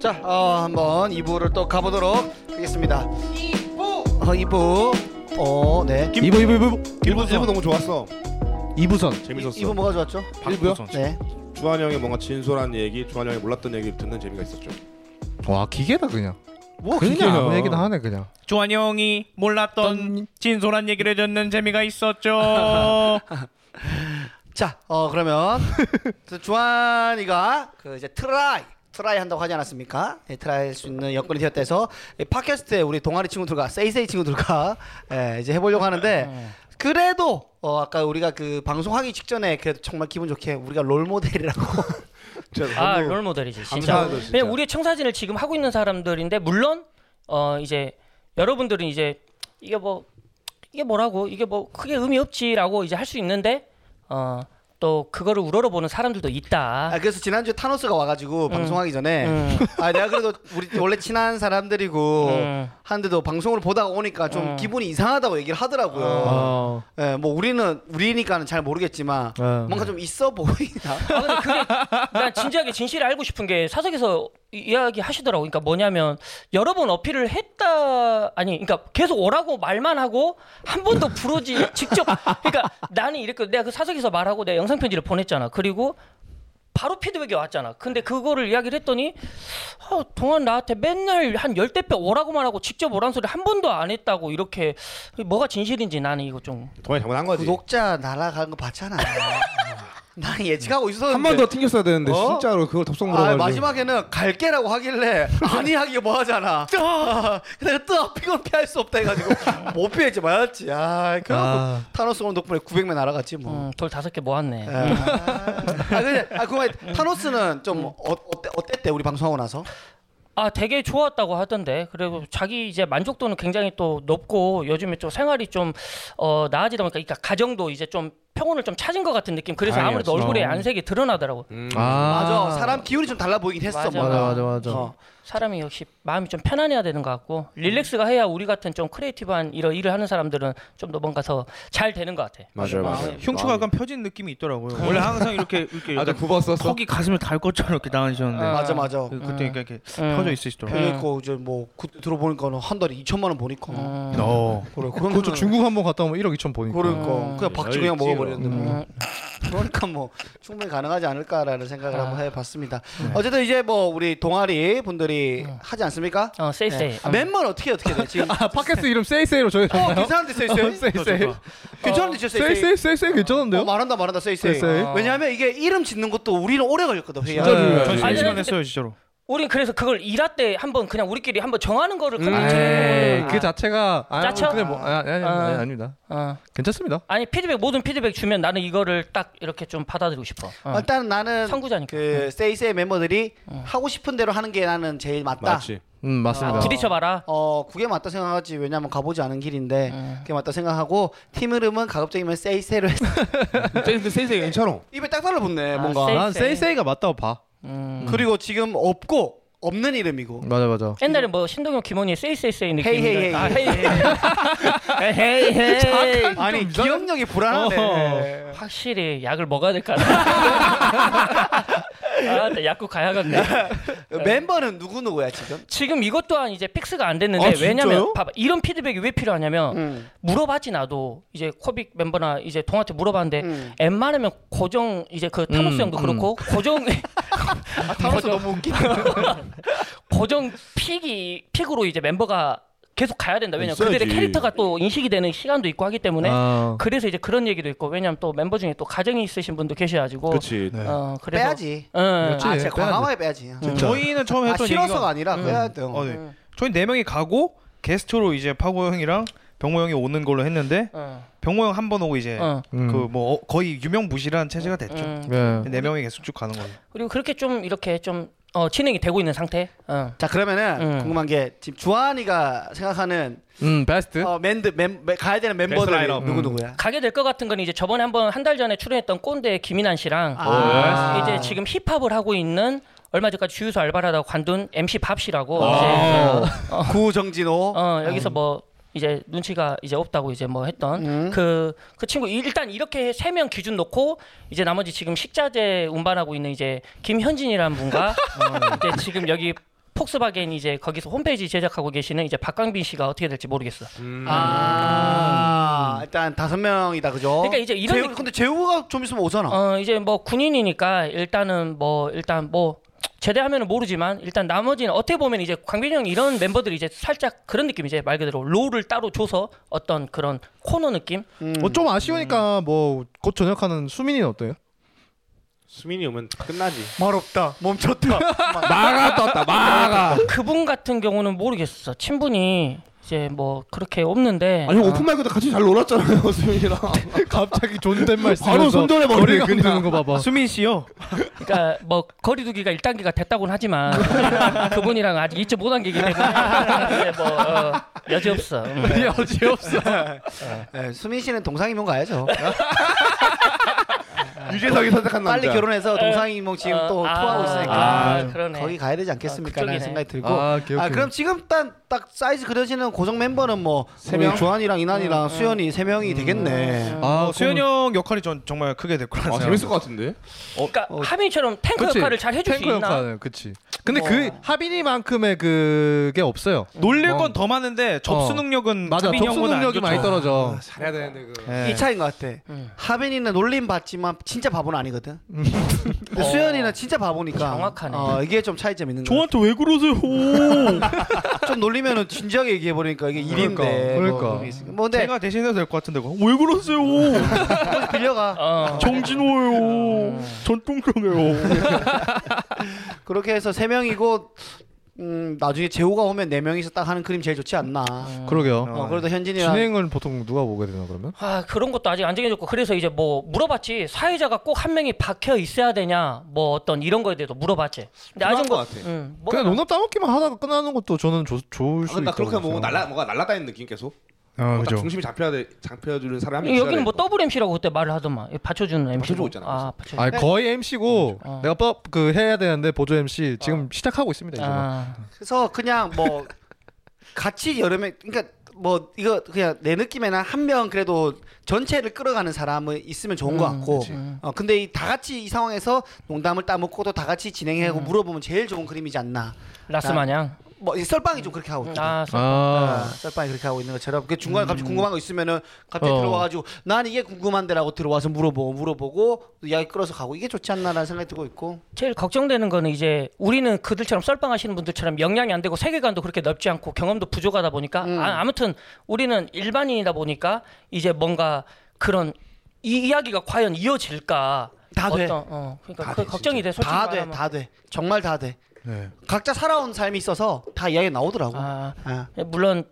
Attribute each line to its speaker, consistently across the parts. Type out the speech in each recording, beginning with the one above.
Speaker 1: 자, 어, 한번 2부를 또 가보도록 하겠습니다. 2부! 어, 2부. 어, 네.
Speaker 2: 이보 이보 이보
Speaker 3: 일부 일부 너무 좋았어.
Speaker 2: 이부선
Speaker 3: 재밌었어.
Speaker 1: 2부 뭐가 좋았죠?
Speaker 2: 일부요?
Speaker 1: 네.
Speaker 3: 주한 형의 뭔가 진솔한 얘기, 주한 형이 몰랐던 얘기 듣는 재미가 있었죠.
Speaker 2: 와 기계다 그냥
Speaker 3: 뭐
Speaker 2: 그냥 아무 얘기나 하네 그냥
Speaker 4: 조한 형이 몰랐던 진솔한 얘기를 듣는 재미가 있었죠.
Speaker 1: 자, 어, 그러면 그 주한이가 그 이제 트라이 트라이 한다고 하지 않았습니까? 예, 트라이 할 수 있는 여건이 되었다 해서 이 팟캐스트에 우리 동아리 친구들과 세이세이 친구들과 예, 이제 해보려고
Speaker 3: 네.
Speaker 1: 하는데 그래도 어, 아까 우리가 그 방송하기 직전에 그래도 정말 기분 좋게 우리가 롤 모델이라고
Speaker 3: 진짜
Speaker 5: 아
Speaker 3: 너무
Speaker 5: 롤모델이지 진짜.
Speaker 3: 감사하죠 진짜.
Speaker 5: 왜냐면 우리의 청사진을 지금 하고 있는 사람들인데 물론 어 이제 여러분들은 이제 이게 뭐 이게 뭐라고 이게 뭐 크게 의미 없지라고 이제 할 수 있는데 어 또 그거를 우러러보는 사람들도 있다.
Speaker 1: 아, 그래서 지난주에 타노스가 와가지고 방송하기 전에
Speaker 5: 음.
Speaker 1: 아 내가 그래도 우리 원래 친한 사람들이고
Speaker 5: 음.
Speaker 1: 하는데도 방송을 보다가 오니까 좀
Speaker 5: 음.
Speaker 1: 기분이 이상하다고 얘기를 하더라고요.
Speaker 2: 어.
Speaker 1: 예, 뭐 우리는 우리니까는 잘 모르겠지만
Speaker 2: 어.
Speaker 1: 뭔가 좀 있어 보이나.
Speaker 5: 아 근데 그게 난 진지하게 진실을 알고 싶은 게 사석에서 이야기 하시더라고. 그러니까 뭐냐면 여러 번 어필을 했다 아니 그러니까 계속 오라고 말만 하고 한 번도 부르지 직접 그러니까 나는 이렇게 내가 그 사석에서 말하고 내가 영상 편지를 보냈잖아. 그리고 바로 피드백이 왔잖아. 근데 그거를 이야기를 했더니 아, 동안 나한테 맨날 한 열대 배 오라고만 하고 직접 오라는 소리 한 번도 안 했다고 이렇게 뭐가 진실인지 나는 이거 좀
Speaker 3: 동아리 잘못한 거지.
Speaker 1: 구독자 날아가는 거 봤잖아. 난 예측하고 있었는데.
Speaker 2: 한 번 더 튕겼어야 되는데
Speaker 1: 어?
Speaker 2: 진짜로 그걸 덥석
Speaker 1: 아,
Speaker 2: 물어가지고
Speaker 1: 마지막에는 갈게라고 하길래 아니 하기 뭐 하잖아. 아, 내가 뜨아 피곤 피할 수 없다 해가지고 못 피했지 말았지. 아, 그
Speaker 2: 아.
Speaker 1: 타노스 오늘 덕분에 900명 날아갔지 뭐.
Speaker 5: 음, 돌 다섯 개 모았네.
Speaker 1: 예.
Speaker 2: 음.
Speaker 1: 아, 근데 아, 그만 타노스는 좀 어, 어때, 어땠대 우리 방송하고 나서?
Speaker 5: 아 되게 좋았다고 하던데 그리고 자기 이제 만족도는 굉장히 또 높고 요즘에 좀 생활이 좀 어, 나아지다 보니까 그러니까 가정도 이제 좀 평온을 좀 찾은 것 같은 느낌 그래서
Speaker 3: 다행이야,
Speaker 5: 아무래도
Speaker 3: 진짜.
Speaker 5: 얼굴에 안색이 드러나더라고
Speaker 3: 음.
Speaker 2: 아
Speaker 1: 맞아. 사람 기운이 좀 달라 보이긴 했어.
Speaker 5: 맞아.
Speaker 1: 뭔가.
Speaker 2: 맞아, 맞아, 맞아.
Speaker 1: 어.
Speaker 5: 사람이 역시 마음이 좀 편안해야 되는 것 같고 릴렉스가 해야 우리 같은 좀 크리에이티브한 이런 일을 하는 사람들은 좀 더 뭔가 더 잘 되는 것 같아
Speaker 3: 맞아요, 맞아요.
Speaker 6: 흉추가 약간 펴진 느낌이 있더라고요. 원래 항상 이렇게 이렇게
Speaker 2: 아나
Speaker 6: 약간
Speaker 2: 굽었었어
Speaker 6: 턱이 가슴을 달 것처럼 이렇게
Speaker 2: 네.
Speaker 6: 나가셨는데
Speaker 1: 맞아 맞아.
Speaker 6: 그, 그때 이렇게, 이렇게
Speaker 5: 음.
Speaker 6: 펴져 있으시더라고요.
Speaker 1: 그고 이제 뭐 그때 들어보니까는 한 달에 2천만 원 보니까.
Speaker 2: 어.
Speaker 1: 그래 그런
Speaker 2: 그거 저 중국 음. 한 번 갔다 오면 1억 2천 보니까
Speaker 1: 그러니까 그냥 박쥐 그냥 먹어버렸는데 뭐.
Speaker 5: 음,
Speaker 1: 그러니까 뭐 충분히 가능하지 않을까라는 생각을
Speaker 5: 아.
Speaker 1: 한번 해봤습니다.
Speaker 2: 네.
Speaker 1: 어쨌든 이제 뭐 우리 동아리 분들이 하지 않습니까?
Speaker 5: 어 세이세이
Speaker 1: 네. 아, 멤버 어떻게 어떻게 돼 지금?
Speaker 2: 음. 아 팟캐스트 이름 세이세이로
Speaker 1: 어
Speaker 2: 정해졌나요?
Speaker 1: 괜찮은데 세이세이
Speaker 2: 세이세이
Speaker 1: 괜찮은데 진짜 세이세이
Speaker 2: 세이세이 세이세이 괜찮은데요?
Speaker 1: 어, 말한다 말한다 세이세이
Speaker 2: 세이세이
Speaker 1: 왜냐하면 이게 이름 짓는 것도 우리는 오래 걸렸거든 회의
Speaker 2: 진짜로. 네.
Speaker 6: 전
Speaker 5: 아니,
Speaker 6: 시간
Speaker 5: 근데-
Speaker 6: 했어요 진짜로.
Speaker 5: 우린 그래서 그걸 일할 때 한번 그냥 우리끼리 한번 정하는 거를
Speaker 2: 음,
Speaker 5: 같이
Speaker 2: 에이,
Speaker 5: 해보는
Speaker 2: 그
Speaker 5: 거야.
Speaker 2: 자체가 아,
Speaker 5: 짜쳐?
Speaker 2: 근데 뭐 아, 아니, 아니, 아니,
Speaker 5: 아.
Speaker 2: 아닙니다.
Speaker 5: 어.
Speaker 2: 괜찮습니다.
Speaker 5: 아니 피드백 모든 피드백 주면 나는 이거를 딱 이렇게 좀 받아들이고 싶어. 어.
Speaker 1: 일단 나는
Speaker 5: 선구자니까.
Speaker 1: 그 세이세이 멤버들이 하고 싶은 대로 하는 게 나는 제일 맞다
Speaker 3: 아, 맞지.
Speaker 2: 음 맞습니다.
Speaker 5: 아, 부딪혀봐라.
Speaker 1: 어 그게 맞다 생각하지 왜냐면 가보지 않은 길인데 그게 맞다 생각하고 팀 이름은 가급적이면 세이세이로 했어
Speaker 3: 근데 세세 괜찮아.
Speaker 1: 입에 딱 달라붙네
Speaker 5: 아,
Speaker 1: 뭔가
Speaker 5: 세이-
Speaker 2: 난 세이세이가 맞다고 봐.
Speaker 5: 음.
Speaker 1: 그리고 지금 없고 없는 이름이고
Speaker 2: 맞아 맞아.
Speaker 5: 옛날에 뭐 신동엽 김원희 세이세이세이 느낌.
Speaker 1: 헤이, 헤이, 헤이.
Speaker 5: 아, 헤이 헤이. 헤이 헤이.
Speaker 1: 아니 기억력이 불안하네
Speaker 5: 어. 확실히 약을 먹어야 될 것 같아. 아, 나 약국 가야겠네.
Speaker 1: 어, 멤버는 누구 누구야 지금?
Speaker 5: 지금 이것 또한 이제 픽스가 안 됐는데
Speaker 3: 아, 진짜요?
Speaker 5: 왜냐면 봐봐 이런 피드백이 왜 필요하냐면
Speaker 1: 음.
Speaker 5: 물어봤지 나도 이제 코빅 멤버나 이제 동한테 물어봤는데 웬만하면 고정 이제 그 타노스
Speaker 2: 음,
Speaker 5: 형도
Speaker 2: 음.
Speaker 5: 그렇고 고정
Speaker 1: 아, 타로스 너무 웃기다
Speaker 5: 고정 픽이 픽으로 이제 멤버가 계속 가야 된다. 왜냐면
Speaker 3: 있어야지.
Speaker 5: 그들의 캐릭터가 또 인식이 되는 시간도 있고 하기 때문에
Speaker 2: 아,
Speaker 5: 그래서 이제 그런 얘기도 있고 왜냐면 또 멤버 중에 또 가정이 있으신 분도 계셔가지고
Speaker 3: 그렇지.
Speaker 5: 어 그래서
Speaker 1: 빼야지
Speaker 5: 응, 응.
Speaker 1: 아
Speaker 2: 그치,
Speaker 1: 진짜
Speaker 2: 빼야지.
Speaker 1: 과감하게 빼야지
Speaker 6: 저희는
Speaker 1: 아
Speaker 6: 처음 했던 얘기가
Speaker 1: 싫어서가 아니라 빼야 돼요
Speaker 6: 어, 네. 저희 네 명이 가고 게스트로 이제 파고 형이랑 병모 형이 오는 걸로 했는데
Speaker 5: 응,
Speaker 6: 병모 형 한 번 오고 이제
Speaker 5: 응,
Speaker 2: 음.
Speaker 6: 그 뭐 어, 거의 유명무실한 체제가 됐죠.
Speaker 5: 응.
Speaker 2: 네.
Speaker 6: 네 명이 계속 쭉 가는 걸로.
Speaker 5: 그리고 그렇게 좀 이렇게 좀 어, 진행이 되고 있는 상태. 어. 응.
Speaker 1: 자 그러면은
Speaker 5: 음.
Speaker 1: 궁금한 게 지금 주한이가 생각하는
Speaker 2: 음
Speaker 5: 네?
Speaker 2: 베스트.
Speaker 1: 어, 맨드 멤 멤- 가야 되는
Speaker 3: 베스트
Speaker 1: 멤버들
Speaker 3: 라인업.
Speaker 1: 누구 누구야?
Speaker 5: 가게 될 것 같은 건 이제 저번에 한번 한 달 전에 출연했던 꼰대 김인환 씨랑
Speaker 1: 아.
Speaker 5: 네. 이제 지금 힙합을 하고 있는 얼마 전까지 주유소 알바를 하다가 관둔 MC 밥 씨라고
Speaker 3: 아.
Speaker 5: 이제
Speaker 1: 구정진호
Speaker 5: 어 여기서 뭐 이제 눈치가 이제 없다고 이제 뭐 했던 그 그 친구 일단 이렇게 세 명 기준 놓고 이제 나머지 지금 식자재 운반하고 있는 이제 김현진이라는 분과 이제 지금 여기 폭스바겐 이제 거기서 홈페이지 제작하고 계시는 이제 박강빈 씨가 어떻게 될지 모르겠어.
Speaker 1: 음. 아 일단 다섯 명이다 그죠?
Speaker 5: 그러니까
Speaker 3: 어?
Speaker 5: 이제 이런
Speaker 1: 재우,
Speaker 5: 느낌-
Speaker 1: 근데 재우가 좀 있으면 오잖아.
Speaker 5: 어 이제 뭐 군인이니까 일단은 뭐 일단 뭐 제대하면은 모르지만 일단 나머지는 어떻게 보면 이제 강빈이 형 이런 멤버들이 이제 살짝 그런 느낌 이제 말 그대로 롤을 따로 줘서 어떤 그런 코너 느낌
Speaker 2: 뭐좀 아쉬우니까 뭐 곧 전역하는 수민이는 어때요?
Speaker 3: 수민이 오면 끝나지.
Speaker 1: 말 없다. 멈췄다.
Speaker 3: 마가 떴다. 마가.
Speaker 5: 그분 같은 경우는 모르겠어 친분이 이제 뭐 그렇게 없는데 어.
Speaker 3: 아니 오픈 마이크도 같이 잘 놀았잖아요 수민이랑.
Speaker 2: 갑자기 존댓말 쓰면서
Speaker 3: 바로 손절해버리네,
Speaker 2: 거리감
Speaker 3: 그냥.
Speaker 2: 드는 거 봐봐.
Speaker 6: 수민 씨요.
Speaker 5: 그러니까 뭐 거리두기가 1단계가 됐다고는 하지만 그분이랑 아직 2.5단계이기 때문에 이제 뭐 어, 여지 없어. 음.
Speaker 2: 여지 없어.
Speaker 1: 예, 수민 씨는 동상이몽 가야죠.
Speaker 3: 유재석이 선택한 남자.
Speaker 1: 빨리 결혼해서 동상이몽 뭐 지금
Speaker 5: 어,
Speaker 1: 또 토하고 있으니까
Speaker 5: 아, 그러네.
Speaker 1: 거기 가야 되지 않겠습니까?
Speaker 5: 어,
Speaker 1: 라는
Speaker 5: 그쪽이네.
Speaker 1: 생각이 들고.
Speaker 2: 아, 오케이, 오케이.
Speaker 1: 아 그럼 지금 딱, 딱 사이즈 그려지는 고정 멤버는 뭐
Speaker 3: 명?
Speaker 1: 우리 조한이랑 이난이랑 수현이 세 명이 되겠네.
Speaker 2: 아
Speaker 6: 어, 수현이 형 역할이 전 정말 크게 될 거라
Speaker 3: 아,
Speaker 6: 생각.
Speaker 3: 재밌을 것 같은데.
Speaker 5: 그러니까
Speaker 1: 어,
Speaker 5: 하민처럼 탱크
Speaker 2: 그치?
Speaker 5: 역할을 잘 해줄 수
Speaker 2: 탱크
Speaker 5: 있나?
Speaker 2: 역할은 그치. 근데 그 하빈이만큼의 그게 없어요.
Speaker 6: 놀릴
Speaker 2: 뭐.
Speaker 6: 건 더 많은데 접수
Speaker 2: 어.
Speaker 6: 능력은
Speaker 2: 맞아.
Speaker 6: 수민이
Speaker 2: 접수
Speaker 6: 형보다 안
Speaker 2: 능력이
Speaker 6: 좋죠.
Speaker 2: 많이 떨어져.
Speaker 3: 잘해야 되는데 그.
Speaker 2: 예.
Speaker 1: 이 차인 것 같아.
Speaker 5: 음.
Speaker 1: 하빈이는 놀림 받지만 진짜 바보는 아니거든.
Speaker 2: 음. 어.
Speaker 1: 근데 수현이는 진짜 바보니까.
Speaker 5: 정확하네.
Speaker 1: 어, 이게 좀 차이점 있는 거.
Speaker 6: 저한테 왜 그러세요?
Speaker 1: 좀 놀리면은 진지하게 얘기해 버리니까 이게
Speaker 2: 그러니까,
Speaker 1: 일인데.
Speaker 2: 그러니까.
Speaker 1: 뭐, 그런 게 있으니까. 뭐 근데
Speaker 6: 제가 대신해도 될 것 같은데 그거. 왜 그러세요?
Speaker 1: 빌려가.
Speaker 5: 어.
Speaker 6: 정진호예요. 전통병이에요.
Speaker 1: 그렇게 해서 세 명이고 음, 나중에 재호가 오면 네 명이서 딱 하는 그림 제일 좋지 않나.
Speaker 2: 음. 그러게요.
Speaker 1: 어, 그래도 현진이랑
Speaker 2: 진행은 보통 누가 보게 되나 그러면?
Speaker 5: 아 그런 것도 아직 안 정해졌고 그래서 이제 뭐 물어봤지 사회자가 꼭 한 명이 박혀 있어야 되냐 뭐 어떤 이런 거에 대해서 물어봤지. 근데
Speaker 3: 필요한
Speaker 5: 아직
Speaker 3: 것
Speaker 5: 뭐-
Speaker 3: 같아.
Speaker 5: 음, 뭐
Speaker 2: 그냥 논업 따먹기만 하다가 끝나는 것도 저는 조, 좋을 수
Speaker 3: 아, 나
Speaker 2: 있다고
Speaker 3: 그렇게 뭐
Speaker 2: 생각해요.
Speaker 3: 날라 뭐가 날라다니는 느낌 계속.
Speaker 6: 아
Speaker 3: 뭐
Speaker 6: 그죠.
Speaker 3: 딱 중심이 잡혀야 돼. 잡혀주는 사람이 있어야
Speaker 5: 여기는 뭐
Speaker 3: 되고.
Speaker 5: 더블 MC라고 그때 말을 하더만 예, 받쳐주는 MC.
Speaker 3: 받쳐주고 있잖아,
Speaker 5: 아 받쳐.
Speaker 2: 아니 거의 MC고
Speaker 5: 어.
Speaker 2: 내가 뻑그 해야 되는데 보조 MC 지금 시작하고 있습니다 이제 막.
Speaker 5: 아.
Speaker 1: 그래서 그냥 뭐 같이 여름에 그러니까 뭐 이거 그냥 내 느낌에는 한 명 그래도 전체를 끌어가는 사람은 있으면 좋은 것 같고 어, 근데 이 다 같이 이 상황에서 농담을 따먹고 또 다 같이 진행하고 물어보면 제일 좋은 그림이지 않나
Speaker 5: 라스 마냥.
Speaker 1: 뭐이 썰빵이 좀 그렇게 하고
Speaker 2: 어,
Speaker 1: 있다
Speaker 5: 아
Speaker 1: 아,
Speaker 6: 어.
Speaker 2: 아,
Speaker 1: 썰빵이 그렇게 하고 있는 것처럼 그 중간에 갑자기 궁금한 거 있으면은 갑자기
Speaker 2: 어.
Speaker 1: 들어와가지고 난 이게 궁금한데라고 들어와서 물어보고 물어보고 또 이야기 끌어서 가고 이게 좋지 않나라는 생각이 들고 있고
Speaker 5: 제일 걱정되는 거는 이제 우리는 그들처럼 썰빵하시는 분들처럼 역량이 안 되고 세계관도 그렇게 넓지 않고 경험도 부족하다 보니까
Speaker 3: 음.
Speaker 5: 아, 무튼 우리는 일반인이다 보니까 이제 뭔가 그런 이 이야기가 과연 이어질까
Speaker 1: 다 돼.
Speaker 5: 어떤- 어, 그러니까
Speaker 3: 다
Speaker 5: 그
Speaker 3: 돼,
Speaker 5: 걱정이 돼 솔직히
Speaker 1: 다 돼
Speaker 5: 말하면
Speaker 1: 다 돼 정말 다 돼 각자 살아온 삶이 있어서 다 이야기 나오더라고
Speaker 5: 아,
Speaker 1: 아.
Speaker 5: 물론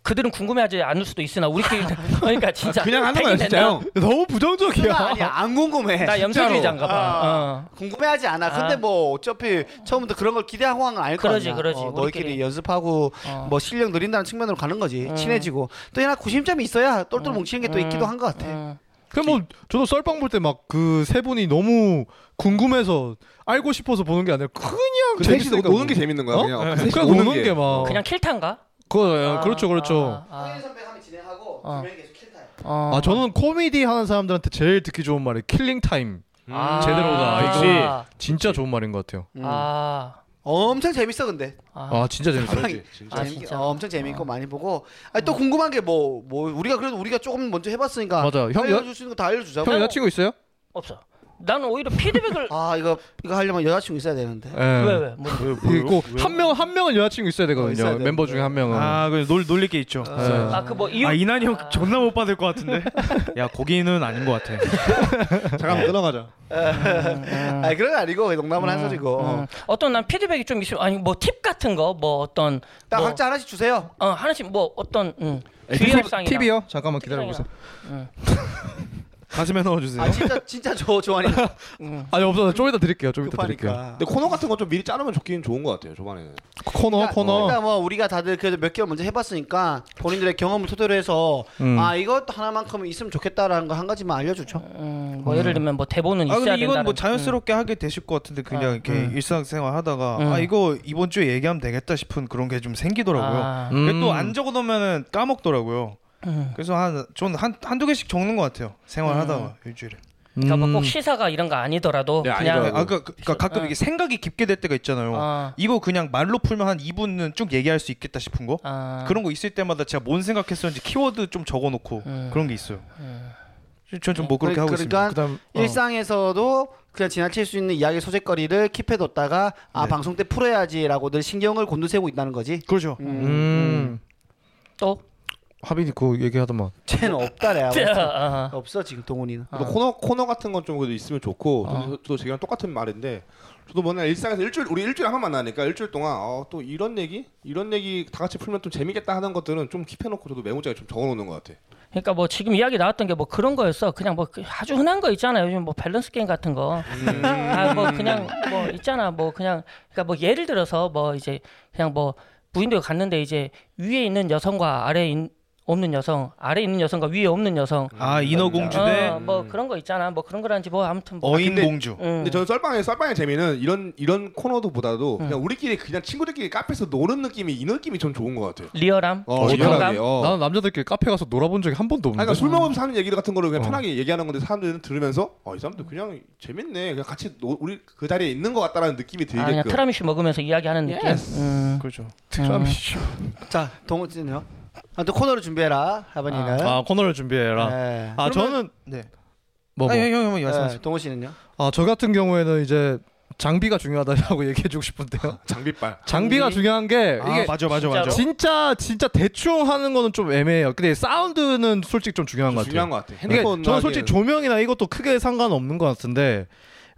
Speaker 5: 그들은 궁금해하지 않을 수도 있으나 우리끼리 그러니까 진짜
Speaker 3: 그냥 하는 거야
Speaker 5: 되긴
Speaker 3: 진짜
Speaker 5: 된다.
Speaker 3: 형.
Speaker 2: 너무
Speaker 1: 나
Speaker 2: 부정적이야.
Speaker 1: 아니야 안 궁금해
Speaker 5: 나 염세주의자인가 봐
Speaker 1: 아.
Speaker 5: 어.
Speaker 1: 궁금해하지 않아 근데
Speaker 5: 아.
Speaker 1: 뭐 어차피 처음부터 그런 걸 기대하고 한건 아닐 거
Speaker 5: 그러지,
Speaker 1: 아니야
Speaker 5: 그러지.
Speaker 1: 어,
Speaker 5: 우리끼리.
Speaker 1: 너희끼리 연습하고
Speaker 5: 어. 음.
Speaker 1: 뭐 실력 늘린다는 측면으로 가는 거지 친해지고 또 하나 구심점이 있어야 똘똘 뭉치는 게 또 있기도 한 것 같아
Speaker 5: 음.
Speaker 2: 그럼 뭐 저도 썰빵 볼 때 막 그 세 분이 너무 궁금해서 알고 싶어서 보는 게 아니라 그냥
Speaker 3: 그 셋이
Speaker 2: 재밌으니까
Speaker 3: 노는 게
Speaker 2: 보는
Speaker 3: 재밌는 거야
Speaker 2: 어?
Speaker 3: 그냥.
Speaker 2: 그냥,
Speaker 3: 그 셋이
Speaker 2: 노는 게 막
Speaker 5: 어. 그냥 킬탄가?
Speaker 2: 그거 그렇죠 그렇죠.
Speaker 5: 아, 아,
Speaker 1: 선배하면 진행하고
Speaker 5: 어.
Speaker 1: 명이 계속 킬타요
Speaker 5: 어.
Speaker 2: 아 저는 코미디 하는 사람들한테 제일 듣기 좋은 말이 킬링 타임.
Speaker 5: 아,
Speaker 2: 제대로다, 이거.
Speaker 5: 그치.
Speaker 2: 진짜 좋은 말인 것 같아요.
Speaker 5: 아,
Speaker 1: 음. 엄청 재밌어 근데
Speaker 3: 음.
Speaker 5: 아,
Speaker 2: 아 진짜 재밌어.
Speaker 3: 다르지 진짜.
Speaker 5: 아,
Speaker 1: 재밌게-
Speaker 5: 진짜? 음.
Speaker 1: 어, 엄청 재밌고 많이 보고 아니, 또 궁금한 게 뭐 뭐 우리가 그래도 우리가 조금 먼저 해봤으니까
Speaker 5: 뭐,
Speaker 2: 맞아. 형 여-
Speaker 1: 알려줄 수 있는 거 다 알려주자고
Speaker 2: 형 여자친구 있어요?
Speaker 5: 없어. 나는 오히려 피드백을
Speaker 1: 아 이거 이거 하려면 여자친구 있어야 되는데
Speaker 2: 예. 그
Speaker 5: 왜 왜? 뭐,
Speaker 3: 네,
Speaker 2: 꼭한 명은 한 명은 여자친구 있어야
Speaker 1: 어,
Speaker 2: 되거든요.
Speaker 1: 있어야 되는데.
Speaker 2: 멤버 중에 한 명은.
Speaker 6: 아, 그놀 놀릴 게 있죠.
Speaker 2: 예.
Speaker 5: 아그 뭐 이유
Speaker 6: 아 이난이 형
Speaker 5: 아.
Speaker 6: 존나 못 받을 것 같은데. 야 거기는 아닌 것 같아.
Speaker 3: 잠깐만 끊어가자.
Speaker 1: 아 그런 거 아니고 농담을 한 소리고 어.
Speaker 5: 음. 어떤 난 피드백이 좀 있으면 아니 뭐 팁 같은 거 뭐 어떤
Speaker 1: 딱
Speaker 5: 뭐,
Speaker 1: 각자 하나씩 주세요
Speaker 5: 어 하나씩 뭐 어떤 음,
Speaker 2: 에,
Speaker 5: 주의할
Speaker 2: 팁-
Speaker 5: 사항이나 음,
Speaker 2: 팁이요? 잠깐만 기다려보세요.
Speaker 6: 가슴에 넣어주세요.
Speaker 1: 아 진짜 진짜 저 조한이
Speaker 2: 아니 없어서 좀 이따 드릴게요. 좀 이따 드릴게요.
Speaker 1: 급하니까
Speaker 3: 근데 코너 같은 건 좀 미리 짜놓으면 좋긴 좋은 것 같아요 초반에는.
Speaker 2: 코너
Speaker 1: 그러니까,
Speaker 2: 코너.
Speaker 1: 그러니까 뭐 우리가 다들 그래도 몇 개월 먼저 해봤으니까 본인들의 경험을 토대로 해서
Speaker 2: 음.
Speaker 1: 아 이것도 하나만큼은 있으면 좋겠다라는 거 한 가지만 알려주죠
Speaker 5: 음, 뭐 예를 들면 뭐 대본은
Speaker 6: 아
Speaker 5: 있어야
Speaker 6: 근데
Speaker 5: 된다.
Speaker 6: 이건 뭐 자연스럽게 하게 되실 것 같은데 그냥
Speaker 5: 아,
Speaker 6: 이렇게
Speaker 5: 음.
Speaker 6: 일상생활 하다가
Speaker 5: 음.
Speaker 6: 아 이거 이번 주에 얘기하면 되겠다 싶은 그런 게 좀 생기더라고요.
Speaker 5: 아,
Speaker 2: 음.
Speaker 6: 또 안 적어놓으면 까먹더라고요.
Speaker 5: 음.
Speaker 6: 음. 그래서 한 전 한 한두 개씩 적는 것 같아요. 생활하다가 일주일에.
Speaker 2: 음.
Speaker 5: 그러니까 뭐꼭 시사가 이런 거 아니더라도
Speaker 3: 네,
Speaker 5: 그냥
Speaker 3: 아니더라도.
Speaker 6: 아, 그, 그, 그러니까 가끔 이게 생각이 깊게 될 때가 있잖아요.
Speaker 5: 아.
Speaker 6: 이거 그냥 말로 풀면 한 2분은 쭉 얘기할 수 있겠다 싶은 거.
Speaker 5: 아,
Speaker 6: 그런 거 있을 때마다 제가 뭔 생각했었는지 키워드 좀 적어놓고
Speaker 5: 음.
Speaker 6: 그런 게 있어요. 전 좀 뭐 그렇게 하고
Speaker 1: 그러니까
Speaker 6: 있습니다.
Speaker 2: 그다음 어.
Speaker 1: 일상에서도 그냥 지나칠 수 있는 이야기 소재거리를 킵해뒀다가 아
Speaker 6: 네.
Speaker 1: 방송 때 풀어야지라고 늘 신경을 곤두세우고 있다는 거지.
Speaker 6: 그렇죠.
Speaker 2: 음.
Speaker 5: 또
Speaker 2: 하빈이 그거 얘기하더만.
Speaker 1: 쟤는 없다래야.
Speaker 5: 아,
Speaker 1: 없어 지금 동훈이는.
Speaker 3: 또 코너 코너 같은 건 좀 그래도 있으면 좋고
Speaker 5: 아.
Speaker 3: 저도, 저도 제가 똑같은 말인데 저도 맨날 일상에서 일주일 우리 일주일 에 한 번 만나니까 일주일 동안 어, 또 이런 얘기 이런 얘기 다 같이 풀면 좀 재밌겠다 하는 것들은 좀 킵해놓고 저도 메모장에 좀 적어놓는 것 같아.
Speaker 5: 그러니까 뭐 지금 이야기 나왔던 게 뭐 그런 거였어. 그냥 뭐 그 아주 흔한 거 있잖아요. 요즘 뭐 밸런스 게임 같은 거. 아 뭐 그냥 뭐 있잖아. 뭐 그냥 그러니까 뭐 예를 들어서 뭐 이제 그냥 뭐 무인도에 갔는데 이제 위에 있는 여성과 아래 에 없는 여성, 아래 에 있는 여성과 위에 없는 여성.
Speaker 6: 아 인어공주 대
Speaker 5: 어, 뭐 그런 거 있잖아. 뭐 그런 거라든지 뭐 아무튼 뭐.
Speaker 6: 어인
Speaker 3: 근데-
Speaker 6: 공주.
Speaker 5: 음.
Speaker 3: 근데 저는 썰빵의 썰빵의 재미는 이런 이런 코너도보다도
Speaker 5: 음.
Speaker 3: 그냥 우리끼리 그냥 친구들끼리 카페에서 노는 느낌이 이 느낌이 좀 좋은 것 같아요.
Speaker 5: 리얼함,
Speaker 3: 어,
Speaker 5: 질감감.
Speaker 3: 리얼하게. 어.
Speaker 2: 나는 남자들끼리 카페 가서 놀아본 적이 한
Speaker 3: 아니,
Speaker 2: 번도 없는데.
Speaker 3: 그러니까 술 먹으면서 하는 얘기 같은 거를 그냥 편하게 얘기하는 건데 사람들은 들으면서 아, 이 사람들 그냥 재밌네. 그냥 같이 노, 우리 그 자리에 있는 것 같다라는 느낌이
Speaker 5: 아, 그냥
Speaker 3: 들게끔.
Speaker 5: 트라미슈 먹으면서 이야기하는 느낌. 음.
Speaker 6: 그렇죠.
Speaker 2: 트라미슈.
Speaker 1: 자 동훈이는요. 아또 코너를 준비해라 하반이는.
Speaker 2: 아 코너를 준비해라.
Speaker 1: 네.
Speaker 2: 아
Speaker 6: 그러면-
Speaker 2: 저는
Speaker 6: 네.
Speaker 2: 뭐, 뭐.
Speaker 6: 아, 형, 형, 형
Speaker 1: 네,
Speaker 6: 말씀하세요.
Speaker 1: 동훈 씨는요?
Speaker 2: 아 저 같은 경우에는 이제 장비가 중요하다라고 얘기해주고 싶은데요.
Speaker 3: 장비빨.
Speaker 2: 아, 장비가 중요한 게
Speaker 6: 아,
Speaker 2: 이게
Speaker 6: 맞아, 맞아, 맞아.
Speaker 5: 진짜로?
Speaker 2: 진짜 진짜 대충 하는 거는 좀 애매해요. 근데 사운드는 솔직히 좀 중요한 것 같아요.
Speaker 3: 중요한 것 같아.
Speaker 2: 이게 저는 솔직히
Speaker 3: 하기에는.
Speaker 2: 조명이나 이것도 크게 상관없는 것 같은데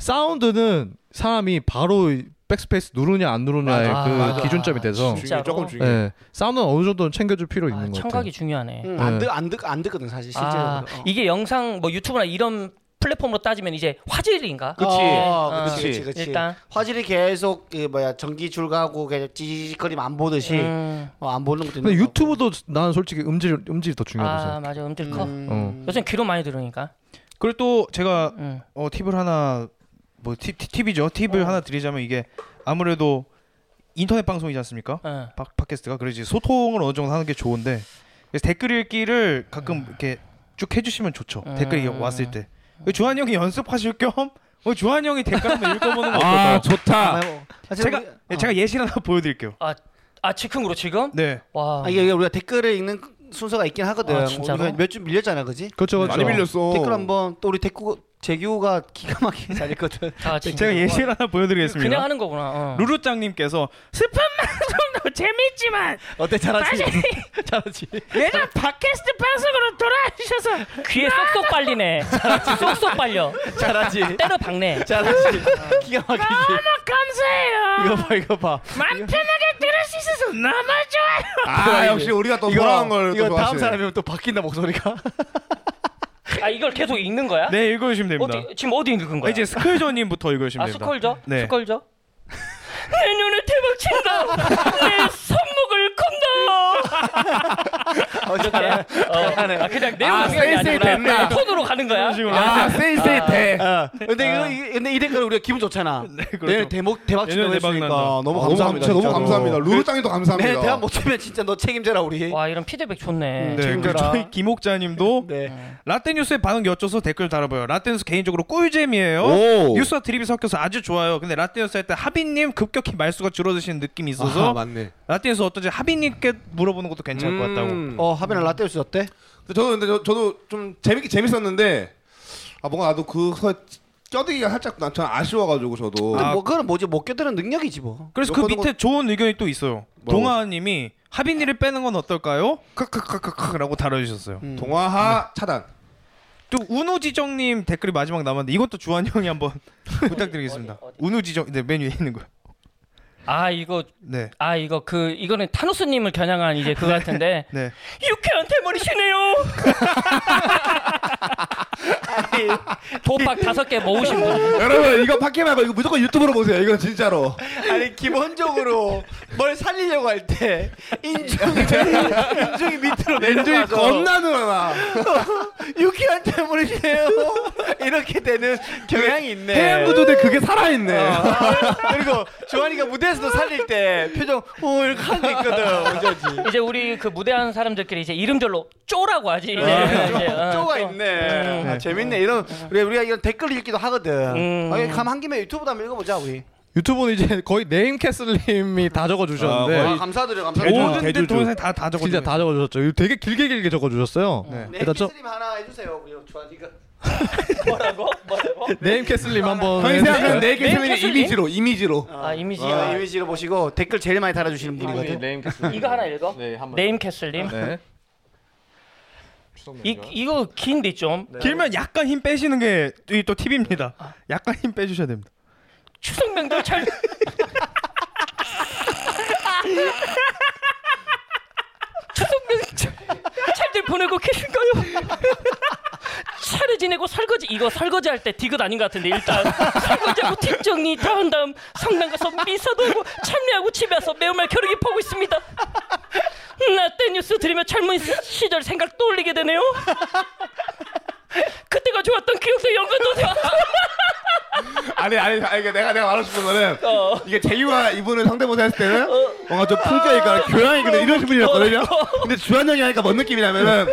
Speaker 2: 사운드는 사람이 바로 이 백스페이스 누르냐 안 누르냐의
Speaker 5: 맞아.
Speaker 2: 그
Speaker 5: 맞아.
Speaker 2: 기준점이 돼서
Speaker 3: 중요해,
Speaker 5: 진짜.
Speaker 3: 조금
Speaker 2: 예
Speaker 3: 중요해.
Speaker 2: 사운드는 어느 정도는 챙겨줄 필요 있는
Speaker 5: 아,
Speaker 2: 것
Speaker 5: 청각이 중요하네.
Speaker 1: 음,
Speaker 2: 네.
Speaker 1: 안듣안듣안 듣거든 사실 실제로. 어.
Speaker 5: 아, 이게 영상 뭐 유튜브나 이런 플랫폼으로 따지면 이제 화질인가?
Speaker 3: 그치.
Speaker 1: 어, 그치,
Speaker 5: 아,
Speaker 1: 그치, 그치.
Speaker 5: 일단.
Speaker 1: 화질이 계속 그 뭐야 전기 줄가고 계속 찌직거리면 안 보듯이
Speaker 5: 음.
Speaker 1: 어, 안 보는 것도
Speaker 2: 같아요. 근데
Speaker 1: 있는
Speaker 2: 유튜브도 나는 솔직히 음질 음질이 더 중요하고
Speaker 5: 아
Speaker 2: 생각.
Speaker 5: 맞아 음질 커.
Speaker 1: 거고. 음.
Speaker 2: 어.
Speaker 5: 요새 귀로 많이 들으니까.
Speaker 6: 그리고 또 제가
Speaker 5: 음.
Speaker 6: 어, 팁을 하나 뭐 팁, 팁- 팁이죠.
Speaker 5: 어.
Speaker 6: 팁을 하나 드리자면 이게 아무래도 인터넷 방송이지 않습니까?
Speaker 5: 어.
Speaker 6: 팟- 팟캐스트가 그래서 이제 소통을 어느 정도 하는 게 좋은데 그래서 댓글 읽기를 가끔 이렇게 쭉 해주시면 좋죠.
Speaker 5: 음.
Speaker 6: 댓글이 왔을 때. 그 주한 형이 연습하실 겸 어, 주한 형이 댓글 한번 읽어보는 거 어떨까요?
Speaker 3: 아 좋다.
Speaker 1: 뭐,
Speaker 6: 제가
Speaker 1: 어.
Speaker 6: 예, 제가 예시를 하나 보여드릴게요.
Speaker 5: 아 즉흥으로 지금?
Speaker 6: 네.
Speaker 5: 와.
Speaker 1: 아, 이게 이게 우리가 댓글을 읽는 순서가 있긴 하거든.
Speaker 5: 어. 아, 진짜로?
Speaker 1: 우리가 몇주 밀렸잖아, 그지?
Speaker 2: 그렇죠 그렇죠.
Speaker 3: 네. 많이 밀렸어.
Speaker 1: 댓글 한번 또 우리 댓글 재규가 기가 막히게 잘 읽거든.
Speaker 5: 아, 진짜.
Speaker 6: 제가 예시를 하나 보여드리겠습니다.
Speaker 5: 그냥 하는 거구나. 어.
Speaker 6: 루루짱님께서 슬픈 방송도 재밌지만
Speaker 1: 어때 잘하지? 잘하지.
Speaker 6: 내가 팟캐스트 방송으로 돌아주셔서
Speaker 5: 귀에 쏙쏙 빨리네. 쏙쏙 빨려.
Speaker 1: 잘하지.
Speaker 5: 때려 박네.
Speaker 1: 잘하지. 기가 막히지.
Speaker 5: 아. 감사해요.
Speaker 1: 이거 봐, 이거 봐.
Speaker 5: 맘 편하게 들을 수 있어서 너무 좋아요.
Speaker 3: 아 역시 우리가
Speaker 1: 어,
Speaker 3: 또 돌아온 걸또
Speaker 1: 이거 다음
Speaker 3: 좋아하시네.
Speaker 1: 사람이면 또 바뀐다 목소리가.
Speaker 5: 아 이걸 계속 읽는 거야?
Speaker 6: 네 읽어주시면 됩니다.
Speaker 5: 어디 지금 어디 읽은
Speaker 6: 아,
Speaker 5: 거야?
Speaker 6: 이제 스컬저님부터 읽어주시면
Speaker 5: 아
Speaker 6: 됩니다.
Speaker 5: 스컬죠?
Speaker 6: 네.
Speaker 5: 스컬죠? 내 눈을 대박친다. 내 손목을 건다. 이렇게. 어, 아 그냥 내용 아,
Speaker 3: 세이세이 됐나?
Speaker 5: 톤으로 가는 거야.
Speaker 3: 아 세이세이 대.
Speaker 1: 어. 근데 이거 이- 근데 이 댓글 우리가 기분 좋잖아.
Speaker 6: 그렇죠.
Speaker 1: 네, 내일 대목 대박
Speaker 6: 내년
Speaker 1: 친다고
Speaker 6: 대박
Speaker 1: 했으니까
Speaker 6: 난다.
Speaker 1: 너무
Speaker 3: 아,
Speaker 1: 감사합니다.
Speaker 3: 너무,
Speaker 1: 진짜로.
Speaker 3: 감사합니다. 루루짱이도 감사합니다.
Speaker 1: 내 대학 못 치면 진짜 너 책임져라 우리.
Speaker 5: 와 이런 피드백 좋네.
Speaker 6: 네, 그리고
Speaker 1: 책임져라.
Speaker 6: 저희 김옥자님도
Speaker 1: 네.
Speaker 6: 라떼 뉴스의 반응 여쭤서 댓글 달아봐요. 라떼 뉴스 개인적으로 꿀잼이에요.
Speaker 3: 오.
Speaker 6: 뉴스와 드립이 섞여서 아주 좋아요. 근데 라떼 뉴스 할 때 하빈님 급격히 말수가 줄어드시는 느낌이 있어서
Speaker 3: 아, 맞네.
Speaker 6: 라떼 뉴스 어떤지 하빈님께 물어보는 것도 괜찮을 것 같다고.
Speaker 3: 음.
Speaker 1: 어 하빈아 라떼 뉴스 어때?
Speaker 3: 근데 저도 근데 저, 저도 좀 재밌게 재밌었는데 아 뭔가 나도 그거 껴드기가 살짝 난 저는 아쉬워가지고 저도
Speaker 1: 근데
Speaker 6: 아.
Speaker 1: 뭐 그건 뭐지 못 껴드는 능력이지 뭐.
Speaker 6: 그래서 그
Speaker 3: 요거는
Speaker 6: 밑에 좋은 의견이 또 있어요.
Speaker 3: 뭐라고?
Speaker 6: 동아님이 하빈이를 빼는 건 어떨까요? 크크크크크라고 달아주셨어요.
Speaker 3: 음. 동화하 차단.
Speaker 6: 또 운우지정님 댓글이 마지막 남았는데 이것도 주한 형이 한번 부탁드리겠습니다. 운우지정 네 메뉴에 있는 거요.
Speaker 5: 아 이거
Speaker 6: 네.
Speaker 5: 아 이거 그 이거는 타노스님을 겨냥한 이제 그거 같은데
Speaker 6: 네.
Speaker 5: 유쾌한 대머리시네요. 도박 다섯 개 모으신 분.
Speaker 3: 여러분 이거 팟캐 말고 이거 무조건 유튜브로 보세요. 이건 진짜로.
Speaker 1: 아니 기본적으로 뭘 살리려고 할 때 인중이 인중이 밑으로
Speaker 3: 엔조이
Speaker 1: 내려가서
Speaker 3: 겁나 늘어나.
Speaker 1: 유쾌한 때문이에요. 이렇게 되는 경향이 있네.
Speaker 3: 해양구조대 그게 살아있네.
Speaker 1: 어. 그리고 조한이가 무대에서도 살릴 때 표정 오 이렇게 하는 게 있거든. 어쩌지?
Speaker 5: 이제 우리 그 무대한 사람들끼리 이제 이름절로 쪼라고 하지. 이제. 이제, 어,
Speaker 1: 쪼가
Speaker 5: 쪼.
Speaker 1: 있네. 아, 재밌네. 재밌네 이런 우리 우리가 이런 댓글 읽기도 하거든.
Speaker 5: 음.
Speaker 1: 아, 감한 김에 유튜브도 한번 읽어보자 우리.
Speaker 2: 유튜브는 이제 거의 네임캐슬님이 다 적어주셨는데
Speaker 3: 아,
Speaker 1: 아, 네,
Speaker 3: 거의
Speaker 1: 감사드려
Speaker 3: 대주-
Speaker 1: 감사드려.
Speaker 3: 대주주.
Speaker 6: 모든 동영상 다다 적어.
Speaker 2: 진짜 다 적어주셨죠. 이거 되게 길게 길게 적어주셨어요.
Speaker 1: 네,
Speaker 2: 일단 저
Speaker 1: 햇빛님 하나 해주세요 우리 주한이가.
Speaker 5: 뭐라고? 뭐라고?
Speaker 2: 네임캐슬님 한번
Speaker 3: 형이 생각하는
Speaker 2: 해주실까요?
Speaker 3: 네개슬링
Speaker 5: 캐슬링?
Speaker 3: 이미지로 이미지로
Speaker 5: 아 이미지.
Speaker 1: 아, 이미지로 보시고 댓글 제일 많이 달아주시는 분이거든.
Speaker 7: 네임캐슬.
Speaker 5: 이거 하나 읽어.
Speaker 7: 네, 한번.
Speaker 5: 네임캐슬님.
Speaker 2: 네.
Speaker 5: 이 이거 긴데 좀.
Speaker 6: 길면 약간 힘 빼시는 게 또 팁입니다. 약간 힘 빼주셔야 됩니다.
Speaker 5: 추석 명절 잘. 추석 명절 잘들 보내고 계신가요? 차례 지내고 설거지 이거 설거지 할 때 디귿 아닌 것 같은데 일단 설거지하고 뒷 정리 다 한 다음 성당 가서 미사도 하고 참례하고 집에 와서 매운말 겨루기 보고 있습니다. 나때 뉴스 들으며 젊은 시- 시절 생각 떠올리게 되네요. 그때가 좋았던 기억도 연관도 돼.
Speaker 3: 아니 아니 아니 그러니까 내가 내가 말하고 싶은 거는 이게 재유가 이분을 상대모사 했을 때는 뭔가 좀 풍자니까 교양이 근데 이런 분이었거든요 근데 주한 형이 하니까 뭔 느낌이냐면은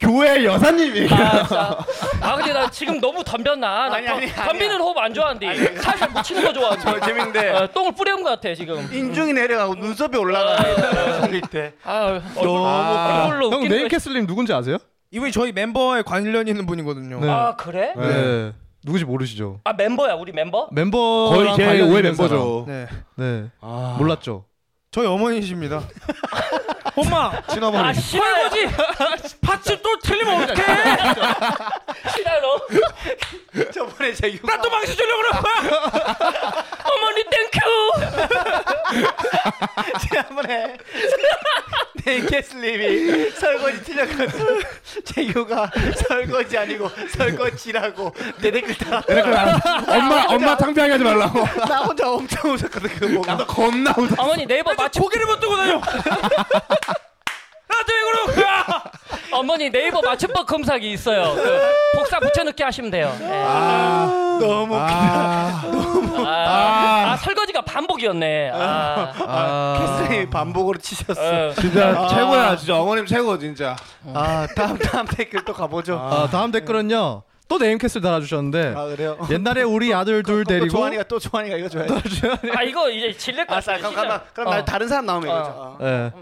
Speaker 3: 교회 여사님이
Speaker 5: 아, 진짜. 아 근데 나 지금 너무 덤볐나? 나
Speaker 1: 아니, 아니, 아니야.
Speaker 5: 덤비는 호흡 안 좋아한대. 살살 묻히는 거 좋아하지.
Speaker 1: 재밌는데
Speaker 5: 어, 똥을 뿌려온 것 같아 지금.
Speaker 1: 인중이 내려가고 눈썹이 올라가. 성기 때.
Speaker 5: 아 얼굴로
Speaker 2: 형
Speaker 5: 웃기는 거.
Speaker 2: 네임캐슬님 누군지 아세요?
Speaker 6: 이분이 저희 멤버에 관련 있는 분이거든요.
Speaker 2: 네.
Speaker 5: 아 그래?
Speaker 2: 네. 누군지 모르시죠?
Speaker 5: 아 멤버야 우리 멤버?
Speaker 2: 멤버
Speaker 3: 거의 제 5의 멤버죠
Speaker 6: 네.
Speaker 2: 네. 몰랐죠.
Speaker 6: 저희 어머니십니다. 엄마
Speaker 5: 아 시할버지 팥집 또 틀리면 어떡해? 시할로
Speaker 1: 저번에 재규.
Speaker 5: 아, 나또 망신 주려고 그래. 어머니 땡큐.
Speaker 1: 지난번에 네, 네이캐슬님이 설거지 틀렸거든. 재규가 설거지 아니고 설거지라고 내 댓글 다.
Speaker 3: 그러니까 엄마 엄마 창피하게 하지 말라고
Speaker 1: 나 혼자 엄청 웃었거든 그 보고.
Speaker 2: 아.
Speaker 3: 나도 겁나 웃어
Speaker 5: 어머니 네이버 마침 고개를 못 들고 다녀. 나한테 왜 그러고? 어머니 네이버 맞춤법 검사기 있어요. 그 복사 붙여넣기 하시면 돼요. 네.
Speaker 1: 너무
Speaker 5: 아, 아, 설거지가 반복이었네. 아,
Speaker 1: 캐슬님이 반복으로 치셨어.
Speaker 5: 어.
Speaker 3: 진짜
Speaker 2: 아.
Speaker 3: 최고야 아, 진짜 어머님 최고 진짜
Speaker 1: 아 다음 다음 댓글 또 가보죠. 아,
Speaker 2: 아, 다음
Speaker 3: 네.
Speaker 2: 댓글은요. 또 네임캐슬 달아주셨는데
Speaker 1: 그래요.
Speaker 2: 옛날에 우리 아들
Speaker 1: 그럼
Speaker 2: 둘
Speaker 1: 또
Speaker 2: 어, 데리고
Speaker 1: 조한이가 또 조한이가 이거 줘야 돼.
Speaker 5: 아 이거 이제 질레까지.
Speaker 1: 아싸 그럼
Speaker 5: 시작.
Speaker 1: 가만, 그럼 나
Speaker 5: 어.
Speaker 1: 다른 사람 나오면 이거죠. 어.
Speaker 2: 예.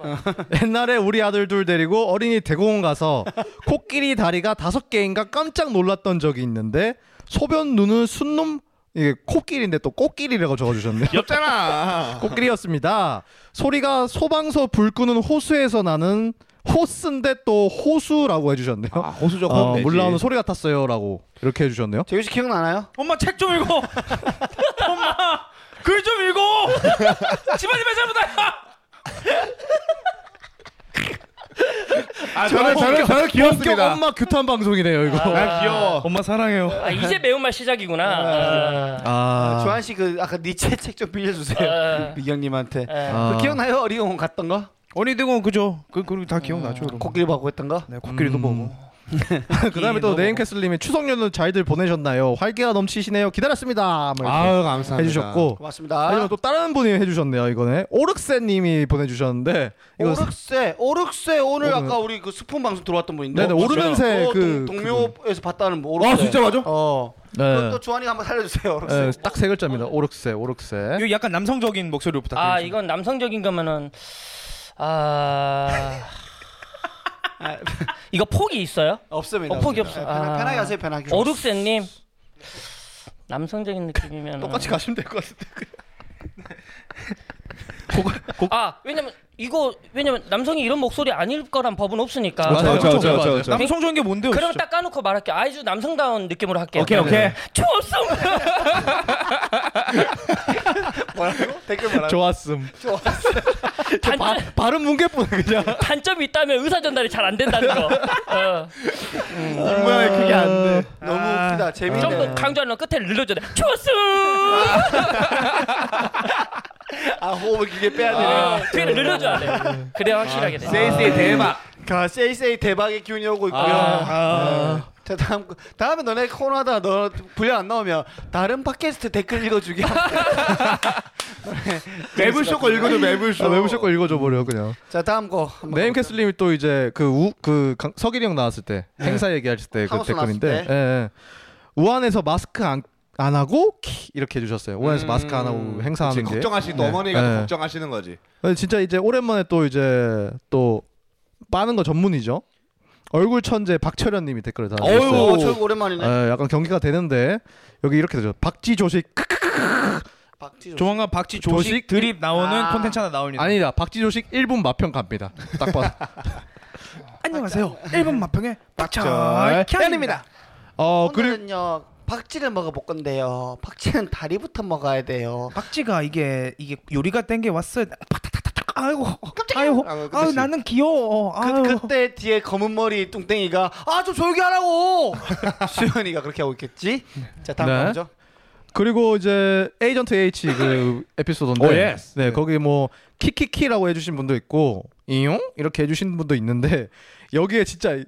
Speaker 2: 옛날에 우리 아들 둘 데리고 어린이 대공원 가서 코끼리 다리가 다섯 개인가 깜짝 놀랐던 적이 있는데 소변 눈은 순놈 이게 코끼리인데 또 코끼리라고 적어주셨네요.
Speaker 3: 귀엽잖아
Speaker 2: 코끼리였습니다. 소리가 소방서 불 끄는 호수에서 나는 호스인데 또 호수라고 해주셨네요.
Speaker 3: 아, 호수적
Speaker 2: 어, 물 나오는 소리 같았어요라고 이렇게 해주셨네요.
Speaker 1: 재규 씨 기억나나요?
Speaker 6: 엄마 책 좀 읽어. 엄마 글 좀 읽어.
Speaker 5: 집안이 매장보다.
Speaker 3: 아 저는 저는 저는
Speaker 2: 본격
Speaker 3: 귀엽습니다 아,
Speaker 2: 엄마 규탄 방송이네요 이거.
Speaker 3: 난 귀여워
Speaker 6: 엄마 사랑해요.
Speaker 5: 아 이제 매운맛 시작이구나. 아,
Speaker 2: 아.
Speaker 1: 조한 씨 그 아까 니체 책 좀 빌려주세요.
Speaker 5: 아,
Speaker 1: 미경님한테.
Speaker 5: 아.
Speaker 2: 아.
Speaker 1: 그 기억나요? 어리용 갔던 거?
Speaker 6: 어린이 대공원 그죠? 그 그리고 다 기억나죠, 여러분.
Speaker 1: 코끼리 보고 했던 거?
Speaker 6: 네, 코끼리도
Speaker 2: 음.
Speaker 6: 보고.
Speaker 2: 그다음에 또 네임캐슬님이 추석 연휴 잘들 보내셨나요? 활기가 넘치시네요. 기다렸습니다. 뭐 이렇게
Speaker 3: 아유 감사합니다
Speaker 2: 해주셨고
Speaker 1: 고맙습니다.
Speaker 2: 하지만 또 다른 분이 해주셨네요. 이거는 오르크세님이 보내주셨는데 이거
Speaker 1: 오륵새, 오륵새 오늘
Speaker 2: 오르-
Speaker 1: 아까 우리 그 스폰 방송 들어왔던 분인데.
Speaker 2: 네네, 오르면새
Speaker 1: 어,
Speaker 2: 그-
Speaker 1: 동- 동묘에서 봤다는 뭐 오륵새.
Speaker 3: 아 진짜 맞아?
Speaker 1: 어. 그럼
Speaker 2: 네.
Speaker 1: 또 조한이가 한번 살려주세요. 오륵새.
Speaker 2: 딱 세 글자입니다. 오르크세, 오르크세.
Speaker 6: 요 약간 남성적인 목소리로 부탁드립니다.
Speaker 5: 아 이건 남성적인 거면은 아 이거 폭이 있어요?
Speaker 1: 없습니다.
Speaker 5: 어, 폭이
Speaker 1: 없습니다.
Speaker 5: 없어.
Speaker 1: 네, 편하-
Speaker 5: 아.
Speaker 1: 편하게 하세요. 편하게.
Speaker 5: 오륙새님 남성적인 느낌이면
Speaker 2: 똑같이 가시면 될 것 같은데.
Speaker 5: 아 왜냐면 이거 왜냐면 남성이 이런 목소리 아닐 거란 법은 없으니까.
Speaker 2: 맞아요.
Speaker 3: 저저저저
Speaker 6: 남성적인 게 뭔데요?
Speaker 5: 그러면
Speaker 6: 진짜? 네.
Speaker 5: 딱 까놓고 말할게. 아주 남성다운 느낌으로 할게요.
Speaker 3: 오케이 오케이
Speaker 5: 좋았어.
Speaker 1: 뭐라고? 댓글 뭐라고?
Speaker 2: 좋았음. 바,
Speaker 5: 단점,
Speaker 2: 발음 뭉개뿐 그냥.
Speaker 5: 단점이 있다면 의사 전달이 잘 안 된다는 거. 어,
Speaker 3: 모양이 그게 안돼
Speaker 1: 너무
Speaker 2: 아,
Speaker 1: 웃기다. 재밌네.
Speaker 5: 좀더 강조하는 끝에 늘려줘야 돼. 좋았어.
Speaker 1: 아 호흡을 길게 빼야 되네.
Speaker 2: 아.
Speaker 5: 어, 뒤를 늘려줘야 돼. 그래야 확실하게
Speaker 1: 아.
Speaker 5: 돼.
Speaker 3: 세이세이 대박
Speaker 1: 가 세이세이 대박의 기운이 오고 있고요.
Speaker 2: 아.
Speaker 6: 아.
Speaker 1: 네. 자 다음 다음에 너네 코너하다 너 분량 안 나오면 다른 팟캐스트 댓글 읽어주기.
Speaker 3: 매블쇼 거 읽어줘 매블쇼.
Speaker 2: 아, 외우실 거 읽어줘 버려 그냥.
Speaker 1: 자 다음 거 한번
Speaker 2: 네임캐슬님이 또 이제 그우그 서길이 형 나왔을 때 행사 얘기하실 때 그
Speaker 1: 하우스
Speaker 2: 댓글인데
Speaker 1: 나왔을
Speaker 2: 예, 예. 우한에서 마스크 안, 안 하고 키 이렇게 해주셨어요.
Speaker 3: 음.
Speaker 2: 우한에서 마스크 안 하고 행사하는
Speaker 3: 그치,
Speaker 2: 게
Speaker 3: 걱정하시는
Speaker 2: 네.
Speaker 3: 어머니가 또
Speaker 2: 네.
Speaker 3: 걱정하시는 거지.
Speaker 2: 네, 진짜 이제 오랜만에 또 이제 또 빠는 거 전문이죠. 얼굴 천재 박철현님이 댓글을 달아주셨어요.
Speaker 1: 어유 저거 오랜만이네.
Speaker 2: 예, 약간 경기가 되는데 여기 이렇게 되죠. 박지조식 크-
Speaker 1: 박지조.
Speaker 6: 조만간 박쥐 조식,
Speaker 2: 조식?
Speaker 6: 드립 나오는
Speaker 1: 아.
Speaker 6: 콘텐츠 하나 나옵니다.
Speaker 2: 아니다. 박지조식 1분 마평 갑니다. 딱 봐서.
Speaker 6: 안녕하세요. 1분 마평의
Speaker 2: 박철
Speaker 6: 박철현입니다.
Speaker 2: 어 그리고
Speaker 1: 오늘은요 박쥐를 먹어볼 건데요. 박쥐는 다리부터 먹어야 돼요.
Speaker 6: 박쥐가 이게 이게 요리가 땡겨 왔어요. 팍탁탁탁탁. 아이고. 아이고.
Speaker 3: 아, 그치.
Speaker 6: 아유 나는 귀여워. 어, 아유.
Speaker 1: 그, 그때 뒤에 검은 머리 뚱땡이가 아 좀 조용히 하라고 수현이가 그렇게 하고 있겠지. 자 다음
Speaker 2: 네.
Speaker 1: 가보죠.
Speaker 2: 그리고 이제 에이전트 H 그 에피소드인데
Speaker 3: 오, 예스.
Speaker 2: 네,
Speaker 3: 네.
Speaker 2: 거기 뭐 키키키라고 해주신 분도 있고 이용 이렇게 해주신 분도 있는데 여기에 진짜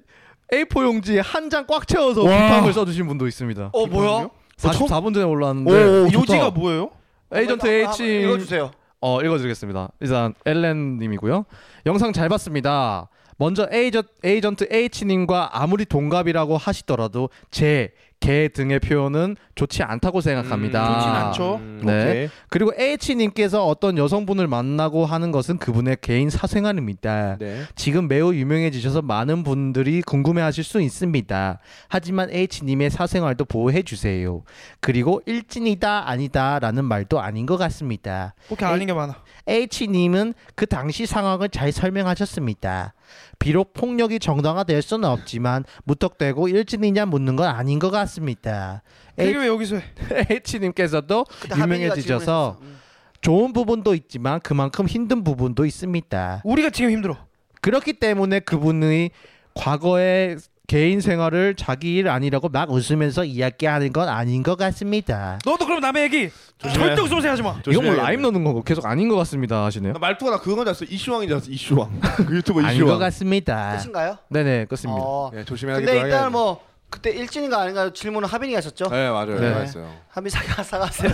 Speaker 2: A4 용지 에 한 장 꽉 채워서 비판을 써주신 분도 있습니다.
Speaker 1: 어 뭐야?
Speaker 2: 44분 전에 올라왔는데
Speaker 6: 요지가 뭐예요?
Speaker 2: 에이전트
Speaker 1: 한번
Speaker 2: H
Speaker 1: 읽어주세요.
Speaker 2: 어 읽어드리겠습니다. 일단 엘렌님이고요. 영상 잘 봤습니다. 먼저 에이저, 에이전트 H님과 아무리 동갑이라고 하시더라도 제, 개 등의 표현은 좋지 않다고 생각합니다.
Speaker 6: 좋진 않죠.
Speaker 3: 음,
Speaker 2: 네.
Speaker 3: 오케이.
Speaker 2: 그리고 H님께서 어떤 여성분을 만나고 하는 것은 그분의 개인 사생활입니다.
Speaker 3: 네.
Speaker 2: 지금 매우 유명해지셔서 많은 분들이 궁금해하실 수 있습니다. 하지만 H님의 사생활도 보호해주세요. 그리고 일진이다 아니다라는 말도 아닌 것 같습니다.
Speaker 6: 그렇게 아닌 게 많아.
Speaker 2: H님은 그 당시 상황을 잘 설명하셨습니다. 비록 폭력이 정당화될 수는 없지만 무턱대고 일진이냐 묻는 건 아닌 것 같습니다.
Speaker 6: 이게 왜 여기서 해?
Speaker 2: H님께서도
Speaker 1: 그때 하빈이가
Speaker 2: 유명해지셔서
Speaker 1: 질문했었어. 음.
Speaker 2: 좋은 부분도 있지만 그만큼 힘든 부분도 있습니다.
Speaker 6: 우리가 지금 힘들어.
Speaker 2: 그렇기 때문에 그분의 과거의 개인 생활을 자기 일 아니라고 막 웃으면서 이야기하는 건 아닌 것 같습니다.
Speaker 6: 너도 그럼 남의 얘기
Speaker 3: 조심해.
Speaker 6: 절대 웃으면서 하지 마.
Speaker 2: 이건 뭐
Speaker 3: 조심해야겠네.
Speaker 2: 라임 넣는 거고 계속 아닌 것 같습니다 하시네요.
Speaker 3: 나 말투가 나 그건 줄 알았어. 이슈왕인 줄 알았어. 이슈왕. 그 유튜버
Speaker 2: 아닌 것
Speaker 3: 이슈왕.
Speaker 2: 같습니다.
Speaker 1: 끝인가요?
Speaker 2: 네네 그렇습니다.
Speaker 1: 어.
Speaker 3: 네, 조심해야
Speaker 1: 근데 일단 뭐 그때 일진인가 아닌가 질문은 하빈이가 했었죠.
Speaker 3: 네 맞아요.
Speaker 2: 네.
Speaker 3: 네. 맞아요.
Speaker 1: 하빈 사과 사과하세요.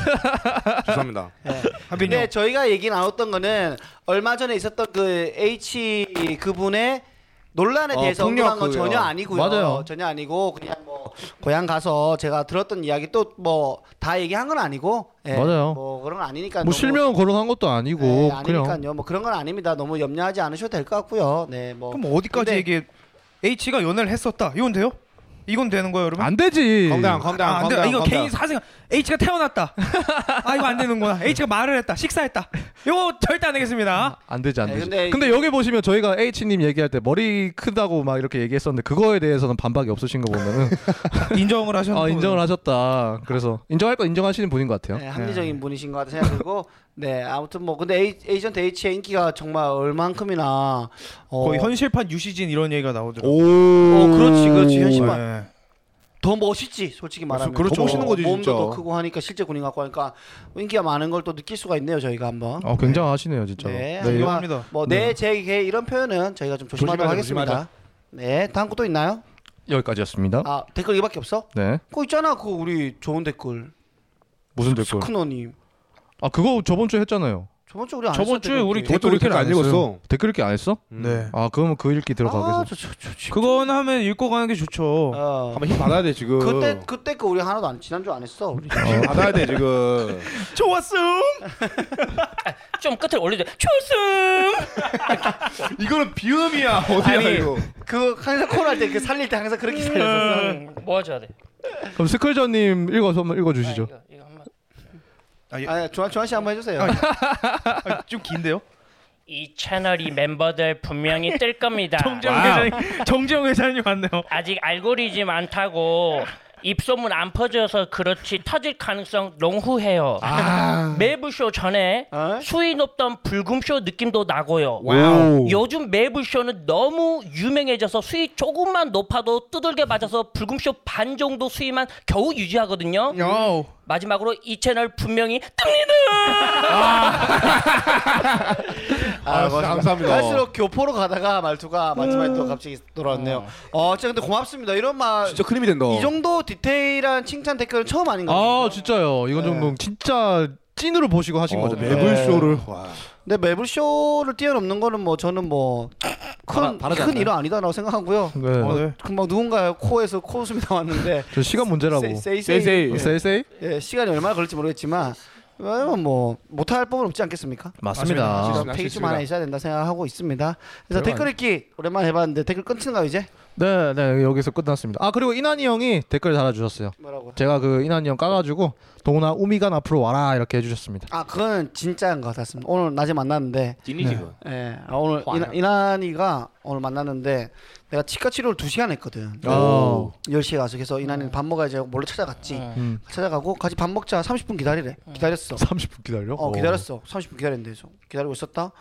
Speaker 3: 죄송합니다.
Speaker 1: 네.
Speaker 6: 하빈이
Speaker 1: 근데
Speaker 6: 형.
Speaker 1: 저희가 얘기 나눴던 거는 얼마 전에 있었던 그 H 그분의 논란에
Speaker 3: 어,
Speaker 1: 대해서
Speaker 3: 폭력
Speaker 1: 언급한 건
Speaker 3: 그거요.
Speaker 1: 전혀 아니고요.
Speaker 2: 맞아요.
Speaker 1: 전혀 아니고 그냥 뭐 고향 가서 제가 들었던 이야기 또 뭐 다 얘기한 건 아니고 예,
Speaker 2: 맞아요.
Speaker 1: 뭐 그런 건 아니니까
Speaker 2: 뭐 실명 거론한 것도 아니고 그냥
Speaker 1: 아니니까요. 뭐 그런 건 아닙니다. 너무 염려하지 않으셔도 될 것 같고요. 네, 뭐
Speaker 6: 그럼 어디까지
Speaker 1: 근데-
Speaker 6: 얘기해? H가 연애를 했었다. 이건 돼요? 이건 되는 거예요, 여러분?
Speaker 2: 안 되지.
Speaker 3: 건강 건강
Speaker 6: 아, 안 돼.
Speaker 3: 건강.
Speaker 6: 이거 개인 사생 H가 태어났다. 아 이거 안 되는구나. H가 말을 했다. 식사했다. 이거 절대 안 되겠습니다.
Speaker 2: 안 되지 안
Speaker 1: 네,
Speaker 2: 되지. 근데,
Speaker 1: 근데
Speaker 2: 여기 보시면 저희가 H님 얘기할 때 머리 크다고 막 이렇게 얘기했었는데 그거에 대해서는 반박이 없으신 거 보면은
Speaker 6: 인정을 하셨고.
Speaker 2: 아 인정을 하셨다. 그래서 인정할 거 인정하시는 분인 것 같아요.
Speaker 1: 네, 합리적인 분이신 것 같아 생각들고 네 아무튼 뭐 근데 에이, 에이전트 H의 인기가 정말 얼만큼이나 어,
Speaker 6: 거의 현실판 유시진 이런 얘기가 나오더라고.
Speaker 3: 오.
Speaker 1: 어, 그렇지, 그렇지, 현실판.
Speaker 6: 네.
Speaker 1: 더 멋있지 솔직히 말하면
Speaker 3: 그렇죠.
Speaker 1: 더 멋있는 거지
Speaker 3: 몸도
Speaker 1: 몸도
Speaker 3: 더
Speaker 1: 더 크고 하니까 실제 군인 같고 하니까 인기가 많은 걸 또 느낄 수가 있네요 저희가 한번
Speaker 2: 어 굉장하시네요 진짜.
Speaker 1: 네,
Speaker 2: 네,
Speaker 1: 한번
Speaker 6: 합니다.
Speaker 1: 뭐내제개 이런 표현은 저희가 좀 조심하도록
Speaker 3: 조심하자,
Speaker 1: 하겠습니다
Speaker 3: 조심하자.
Speaker 1: 네 다음 거 또 있나요?
Speaker 2: 여기까지였습니다.
Speaker 1: 아 댓글 이밖에 없어?
Speaker 2: 네
Speaker 1: 그거 있잖아 그거 우리 좋은 댓글
Speaker 2: 무슨 댓글?
Speaker 1: 스크너님
Speaker 2: 아 그거 저번 주에 했잖아요.
Speaker 1: 저번 주에 우리 안
Speaker 5: 저번
Speaker 1: 했어,
Speaker 5: 주에
Speaker 1: 댓글.
Speaker 5: 우리
Speaker 3: 댓글 댓글 안 읽었어.
Speaker 2: 댓글 읽기 안 했어?
Speaker 3: 네.
Speaker 2: 아 그러면 그 읽기 들어가겠어.
Speaker 1: 아, 저, 저, 저, 저,
Speaker 6: 음. 그건 하면 읽고 가는 게 좋죠.
Speaker 1: 어.
Speaker 3: 한번 힘 받아야 돼 지금.
Speaker 1: 그때 그때 거 우리 하나도 안 지난주 안 했어 우리
Speaker 3: 힘 받아야 돼 지금.
Speaker 6: 좋았음.
Speaker 5: 좀 끝을 올려줘. 출승.
Speaker 3: 이거는 비음이야. 어디야
Speaker 5: 아니.
Speaker 3: 이거.
Speaker 1: 그 항상 코너 할때 그 살릴 때 항상 그렇게 살렸었어
Speaker 5: 뭐 해줘야 돼?
Speaker 2: 그럼 스클저님 읽어서 한번
Speaker 5: 아,
Speaker 2: 읽어주시죠.
Speaker 5: 이거, 이거 한번.
Speaker 1: 아 조한 조한 씨 한번 해주세요
Speaker 6: 아, 좀 긴데요?
Speaker 5: 이 채널이 멤버들 분명히 뜰 겁니다.
Speaker 6: 정재영 회장님, 정재영 회장님 왔네요.
Speaker 5: 아직 알고리즘 안 타고 입소문 안 퍼져서 그렇지 터질 가능성 농후해요. 매부쇼 전에
Speaker 1: 어?
Speaker 5: 수위 높던 불금쇼 느낌도 나고요.
Speaker 3: 와우.
Speaker 5: 요즘 매부쇼는 너무 유명해져서 수위 조금만 높아도 두들겨 맞아서 불금쇼 반 정도 수위만 겨우 유지하거든요.
Speaker 6: 요.
Speaker 5: 마지막으로 이 채널 분명히 뜹니다.
Speaker 3: 아, 진짜 감사합니다.
Speaker 1: 갈수록 교포로 가다가 말투가 마지막에 또 갑자기 돌아왔네요. 어, 진짜 근데 고맙습니다. 이런 말.
Speaker 3: 진짜 크림이 된다.
Speaker 1: 이 정도 디테일한 칭찬 댓글은 처음 아닌가요?
Speaker 2: 아 진짜요. 이건
Speaker 1: 네.
Speaker 2: 정도 진짜 찐으로 보시고 하신
Speaker 3: 어,
Speaker 2: 거죠.
Speaker 3: 매불 쇼를 와.
Speaker 1: 근데 매블 쇼를 뛰어넘는 거는 뭐 저는 뭐큰큰
Speaker 2: 바라지 않나요?
Speaker 1: 일은 아니다라고 생각하고요.
Speaker 2: 네.
Speaker 6: 어, 네.
Speaker 1: 금방 누군가 코에서 코웃음이 나왔는데
Speaker 2: 저 시간 문제라고. 어,
Speaker 1: 세이 세이
Speaker 3: 세세이.
Speaker 2: 세세이?
Speaker 1: 예, 시간이 얼마나 걸릴지 모르겠지만 왜냐면 뭐 못할 법은 없지 않겠습니까?
Speaker 2: 맞습니다.
Speaker 1: 그래서 페이지 좀 하나 있어야 된다 생각하고 있습니다. 그래서
Speaker 2: 별거
Speaker 1: 댓글 읽기 오랜만에 해봤는데 댓글 끊친가요 이제?
Speaker 2: 네, 네 여기서 끝났습니다. 아 그리고 이난이 형이 댓글 달아주셨어요.
Speaker 1: 뭐라고?
Speaker 2: 제가 그 이난이 형 까가지고 동훈아 우미간 앞으로 와라 이렇게 해주셨습니다.
Speaker 1: 아 그거는 진짜인 것 같습니다. 오늘 낮에 만났는데
Speaker 3: 찐이지 그.
Speaker 1: 예, 아, 오늘 이나, 이난이가 오늘 만났는데 내가 치과 치료를 두 시간 했거든.
Speaker 2: 오.
Speaker 1: 10시에 가서 그래서 이난이는 밥 먹어야지 하고 몰래 찾아갔지.
Speaker 2: 음.
Speaker 1: 찾아가고 같이 밥 먹자 30분 기다리래. 기다렸어.
Speaker 2: 30분 기다려?
Speaker 1: 어 기다렸어. 30분 기다렸는데 그래서 기다리고 있었다.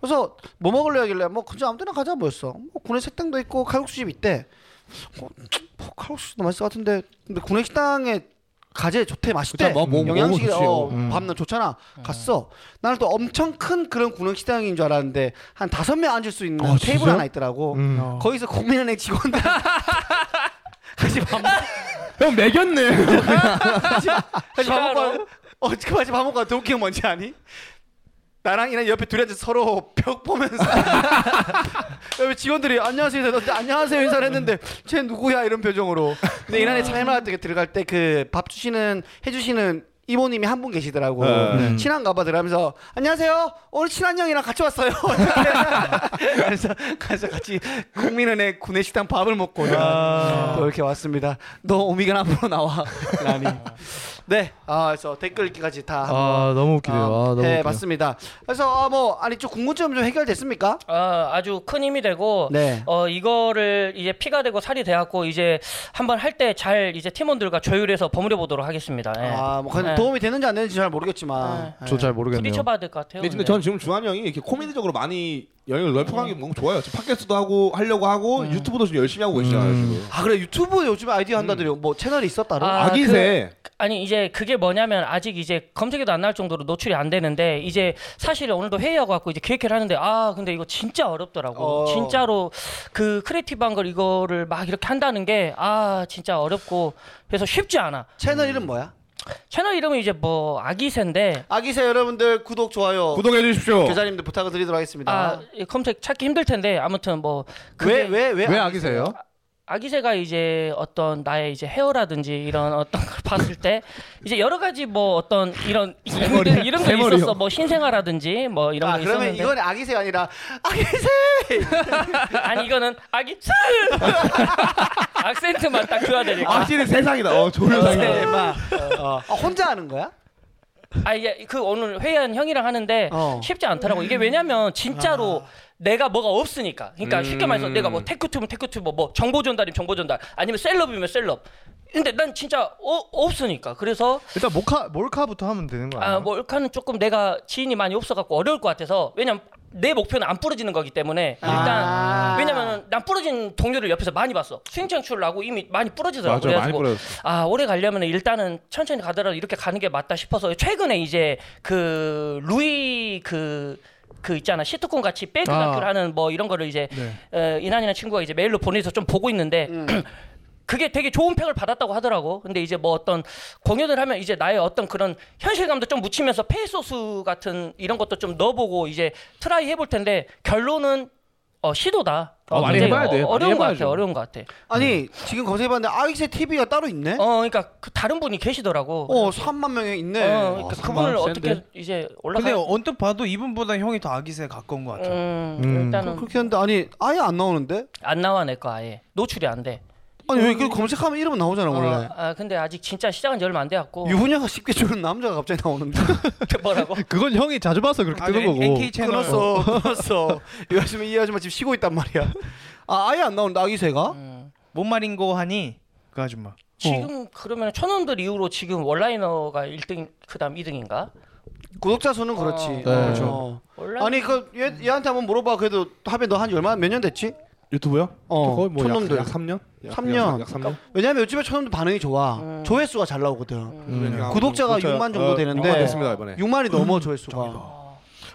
Speaker 1: 그래서 뭐 먹을래 하길래 뭐 그냥 아무 데나 가자 뭐였어. 뭐 군내 식당도 있고 칼국수집 있대. 어, 뭐 칼국수도 맛있을 것 같은데 근데 군내 식당에 가재 좋대 맛있대.
Speaker 2: 그쵸, 뭐, 뭐,
Speaker 1: 영양식이
Speaker 2: 먹으면
Speaker 1: 어,
Speaker 2: 좋지요. 음.
Speaker 1: 밥는 좋잖아. 갔어. 나는 또 엄청 큰 그런 군내 식당인 줄 알았는데 한 다섯 명 앉을 수 있는
Speaker 2: 아, 진짜요?
Speaker 1: 테이블 하나 있더라고.
Speaker 2: 음.
Speaker 6: 어.
Speaker 1: 거기서 국민은행 직원들 같이 밥 먹-
Speaker 3: 형 매겼네.
Speaker 1: 같이 밥 먹고 와- 어 지금 같이 밥 먹고 와. 더 웃긴 게 뭔지 아니? 나랑 이랑 옆에 둘이 앉아 서로 벽 보면서 옆에 직원들이 안녕하세요 인사를 했는데, 안녕하세요 인사를 했는데
Speaker 3: 음.
Speaker 1: 쟤 누구야 이런 표정으로 근데 이날에 차이마트에 들어갈 때 그 밥 주시는 해주시는 이모님이 한 분 계시더라고
Speaker 3: 네.
Speaker 1: 친한가 봐 들어가면서 안녕하세요 오늘 친한 형이랑 같이 왔어요 그래서, 그래서 같이 국민은행 구내식당 밥을 먹고
Speaker 2: 아.
Speaker 1: 내가 또 이렇게 왔습니다 너 오미간 앞으로 나와 라니 네 아, 그래서 댓글 읽기까지 다
Speaker 2: 아 너무 웃기네요. 아, 너무
Speaker 1: 뭐. 네
Speaker 2: 웃기네요.
Speaker 1: 맞습니다. 그래서 아, 뭐 아니 좀 궁금증 좀 해결됐습니까?
Speaker 5: 아, 아주 큰 힘이 되고
Speaker 1: 네.
Speaker 5: 어 이거를 이제 피가 되고 살이 돼갖고 이제 한번 할 때 잘 이제 팀원들과 조율해서 버무려 보도록 하겠습니다. 예.
Speaker 1: 아뭐 그건
Speaker 5: 네.
Speaker 1: 도움이 되는지 안 되는지 잘 모르겠지만 네.
Speaker 2: 저 잘 모르겠네요.
Speaker 5: 부딪혀 봐야 될 것 같아요.
Speaker 3: 네, 근데 전 지금 주한 형이 이렇게 코미디적으로 많이 영향을 넓혀가는
Speaker 5: 음.
Speaker 3: 게 너무 좋아요. 지금 팟캐스트도 하고 하려고 하고 유튜브도 지금 열심히 하고 계시잖아요. 지금.
Speaker 1: 아 그래 유튜브 요즘
Speaker 2: 음.
Speaker 1: 아이디어 한다더니 뭐 채널이 있어 따로?
Speaker 5: 음. 아,
Speaker 3: 아기세.
Speaker 5: 아니 이제 그게 뭐냐면 아직 이제 검색에도 안 나올 정도로 노출이 안 되는데 이제 사실 오늘도 회의하고 갖고 이제 기획회를 하는데 아 근데 이거 진짜 어렵더라고
Speaker 1: 어.
Speaker 5: 진짜로 그 크리에이티브한 걸 이거를 막 이렇게 한다는 게 아 진짜 어렵고 그래서 쉽지 않아
Speaker 1: 채널 이름 뭐야?
Speaker 5: 채널 이름은 이제 뭐 아기새인데
Speaker 1: 아기새 여러분들 구독
Speaker 5: 그
Speaker 1: 좋아요
Speaker 3: 구독해 주십시오.
Speaker 1: 계좌님들 부탁을 드리도록 하겠습니다.
Speaker 5: 아이 검색 찾기 힘들 텐데 아무튼 뭐
Speaker 1: 왜
Speaker 5: 그게
Speaker 1: 왜 왜
Speaker 2: 왜 아기세요?
Speaker 5: 아기새가 이제 어떤 나의 이제 헤어라든지 이런 어떤 걸 봤을 때 이제 여러 가지 뭐 어떤 이런 이런, 이런 게
Speaker 3: 대머리요.
Speaker 5: 있었어 뭐 신생아라든지 뭐 이런
Speaker 1: 아
Speaker 5: 게
Speaker 1: 그러면
Speaker 5: 있었는데
Speaker 1: 이건 아기새가 아니라 아기새
Speaker 5: 아니 이거는 아기새 악센트만 딱 줘야 되니까 아,
Speaker 3: 확실히 세상이다. 어, 좋은 세상이다.
Speaker 1: 대박. 어. 아, 혼자 하는 거야?
Speaker 5: 이게 그 오늘 회의한 형이랑 하는데
Speaker 1: 어.
Speaker 5: 쉽지 않더라고 이게 왜냐면 진짜로 내가 뭐가 없으니까 그러니까 쉽게 말해서 내가 뭐 테크튜브 테크튜브 뭐 정보 전달이면 정보 전달 아니면 셀럽이면 셀럽 근데 난 진짜 어- 없으니까 그래서
Speaker 2: 일단 몰카 몰카부터 하면 되는 거 아니에요?
Speaker 5: 아, 몰카는 조금 내가 지인이 많이 없어갖고 어려울 것 같아서 왜냐면 내 목표는 안 부러지는 거기 때문에 일단
Speaker 1: 아.
Speaker 5: 왜냐면 난 부러진 동료를 옆에서 많이 봤어 수행창출을 하고 이미 많이 부러지더라고
Speaker 3: 맞아, 많이
Speaker 5: 그래가지고
Speaker 3: 뿌렸어.
Speaker 5: 아 오래 가려면 일단은 천천히 가더라도 이렇게 가는 게 맞다 싶어서 최근에 이제 그 루이 그 그 있잖아 시트콤 같이 백그다큐를
Speaker 2: 아.
Speaker 5: 하는 뭐 이런 거를 이제
Speaker 3: 네.
Speaker 5: 어, 이난이나 친구가 이제 메일로 보내서 좀 보고 있는데 그게 되게 좋은 평을 받았다고 하더라고. 근데 이제 뭐 어떤 공연을 하면 이제 나의 어떤 그런 현실감도 좀 묻히면서 페이소스 같은 이런 것도 좀 넣어보고 이제 트라이 해볼 텐데 결론은 어, 시도다.
Speaker 3: 어, 많이
Speaker 5: 굉장히
Speaker 3: 해봐야 돼. 많이
Speaker 5: 어, 어려운 것 같아.
Speaker 3: 해봐야죠.
Speaker 5: 어려운 것 같아.
Speaker 1: 아니 지금 검색해봤는데 아기새 TV가 따로 있네? 어,
Speaker 5: 어, 그러니까 그 다른 분이 계시더라고.
Speaker 3: 어,
Speaker 1: 3만 명이 있네. 아,
Speaker 5: 어,
Speaker 3: 와,
Speaker 5: 그러니까
Speaker 3: 삼만
Speaker 5: 그분을 어떻게
Speaker 3: 센데?
Speaker 5: 이제
Speaker 6: 근데
Speaker 5: 올라가?
Speaker 6: 언뜻 봐도 이분보다 형이 더 아기새에 가까운 것 같아요.
Speaker 5: 음,
Speaker 2: 음.
Speaker 5: 일단은
Speaker 1: 그렇게 했는데 아니 아예 안 나오는데?
Speaker 5: 안 나와 내 거 아예 노출이 안 돼.
Speaker 1: 아니 왜 그 검색하면 이름은 나오잖아 원래.
Speaker 5: 어, 아 근데 아직 진짜 시작은 얼마 안 돼갖고
Speaker 1: 유부녀가 쉽게 주는 남자가 갑자기 나오는데
Speaker 3: 어.
Speaker 5: 뭐라고?
Speaker 2: 그건 형이 자주 봐서
Speaker 1: 아,
Speaker 2: 그렇게
Speaker 1: 네,
Speaker 2: 뜨는 거고.
Speaker 6: NK 아, 채널
Speaker 1: 끊었어 끊었어 이 아줌마 이 아줌마 지금 쉬고 있단 말이야 아 아예 안 나온다 아기새가
Speaker 5: 음.
Speaker 6: 뭔 말인 거 하니 그 아줌마.
Speaker 5: 지금 그러면 천원들 이후로 지금 원라이너가 1등 그다음 2등인가?
Speaker 1: 구독자 수는 그렇지
Speaker 5: 네.
Speaker 2: 그렇죠.
Speaker 1: 어.
Speaker 5: 원라이너
Speaker 1: 아니 그 얘, 얘한테 한번 물어봐 그래도 합에 너 한 얼마 몇 년 됐지?
Speaker 3: 유튜브요?
Speaker 1: 어,
Speaker 3: 저 거의 뭐 약,
Speaker 1: 촌놈들.
Speaker 3: 약 3년? 약,
Speaker 1: 삼 년.
Speaker 3: 약, 약
Speaker 5: 그러니까
Speaker 3: 3년.
Speaker 1: 왜냐면 요즘에 천원도 반응이 좋아
Speaker 5: 음.
Speaker 1: 조회수가 잘 나오거든
Speaker 2: 음.
Speaker 3: 음.
Speaker 1: 구독자가 6만 정도 되는데.
Speaker 3: 어, 됐습니다 이번에.
Speaker 1: 6만이
Speaker 2: 음,
Speaker 1: 넘어 조회수가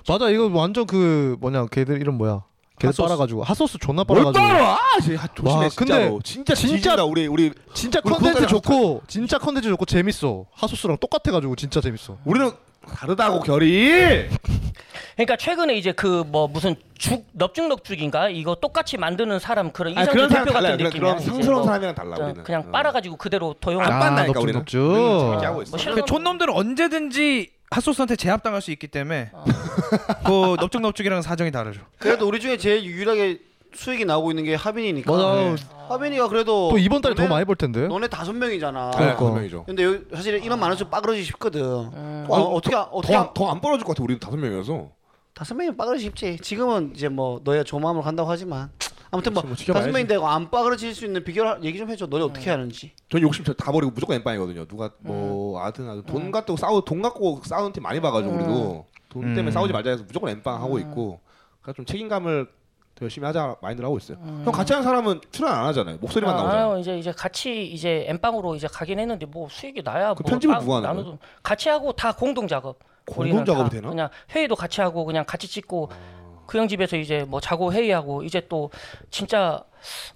Speaker 2: 맞아 이거 완전 그 뭐냐 걔들 이름 뭐야? 걔들
Speaker 3: 핫소스.
Speaker 2: 빨아가지고 핫소스 존나
Speaker 3: 뭘
Speaker 2: 빨아가지고.
Speaker 3: 따라와? 아,
Speaker 2: 와,
Speaker 3: 조심해 진짜로.
Speaker 2: 근데
Speaker 3: 진짜
Speaker 2: 진짜-
Speaker 3: 진짜 우리 우리
Speaker 2: 진짜
Speaker 3: 우리
Speaker 2: 컨텐츠
Speaker 3: 구독자랑
Speaker 2: 좋고 진짜 컨텐츠 좋고 재밌어. 핫소스랑 똑같아가지고 진짜 재밌어.
Speaker 3: 우리는 다르다고 결이.
Speaker 5: 그러니까 최근에 이제 그 뭐 무슨 죽 넙죽넙죽인가 이거 똑같이 만드는 사람 그런
Speaker 3: 아니,
Speaker 5: 이상준
Speaker 3: 그런 사람
Speaker 5: 대표
Speaker 3: 달라.
Speaker 5: 같은
Speaker 3: 그런,
Speaker 5: 느낌이야.
Speaker 3: 그런
Speaker 5: 이제
Speaker 3: 상스러운
Speaker 5: 뭐
Speaker 3: 사람이랑 달라 우리는.
Speaker 5: 그냥
Speaker 3: 어.
Speaker 5: 빨아가지고 그대로
Speaker 3: 안
Speaker 5: 도용한.
Speaker 2: 아,
Speaker 3: 빤다니까
Speaker 2: 높죠,
Speaker 3: 우리는.
Speaker 2: 높죠.
Speaker 3: 우리는 재밌게 하고 있어.
Speaker 5: 뭐
Speaker 6: 근데 촌놈들은 그 언제든지 핫소스한테 제압당할 수 있기 때문에 그 넙죽넙죽이랑 사정이 다르죠.
Speaker 1: 그래도 우리 중에 제일 유일하게 수익이 나오고 있는 게 하빈이니까. 네.
Speaker 2: 맞아.
Speaker 1: 하빈이가 그래도
Speaker 2: 또 이번 달에 더
Speaker 1: 너네-
Speaker 2: 많이 볼 텐데.
Speaker 1: 너네 다섯 명이잖아.
Speaker 3: 네,
Speaker 2: 그러니까.
Speaker 3: 그 명이죠.
Speaker 1: 근데 여기 사실 이런 많은수 빠그러지 쉽거든. 어,
Speaker 2: 네.
Speaker 3: 어,
Speaker 1: 어떻게 어떻게 안-
Speaker 3: 더더안 벌어질 것 같아. 우리도 다섯 명이어서.
Speaker 1: 다섯 명이 빠그러지 쉽지. 지금은 이제 뭐 너야 조마음을 간다고 하지만 아무튼 뭐
Speaker 3: 그치, 뭐 지켜봐야지.
Speaker 1: 다섯 명이 되고 안 빠그러질 수 있는 비결 하- 얘기 좀 해줘. 너네 어떻게 하는지.
Speaker 3: 전 욕심 저다 버리고 무조건 엠빵이거든요. 누가 뭐 아든 아든 돈 갖고 싸우 돈 갖고 싸우는 팀 많이 봐가지고 우리도 돈 때문에
Speaker 6: 음.
Speaker 3: 싸우지 말자 해서 무조건 엠빵 하고 있고 그러니까 좀 책임감을 더 열심히 하자 마인드로 하고 있어요. 형 같이 하는 사람은 출연 안 하잖아요. 목소리만
Speaker 5: 아,
Speaker 3: 나오잖아요.
Speaker 5: 아유, 이제 이제 같이 이제 엠빵으로 이제 가긴 했는데 뭐 수익이 나야.
Speaker 3: 그
Speaker 5: 뭐
Speaker 3: 편집을
Speaker 5: 나-
Speaker 3: 누가 하는
Speaker 5: 나눠도- 같이 하고 다 공동 작업.
Speaker 3: 공동
Speaker 5: 우리는 다 음.
Speaker 3: 작업이 되나? 아.
Speaker 5: 그냥 회의도 같이 하고 그냥 같이 찍고 그 형 집에서 이제 뭐 자고 회의하고 이제 또 진짜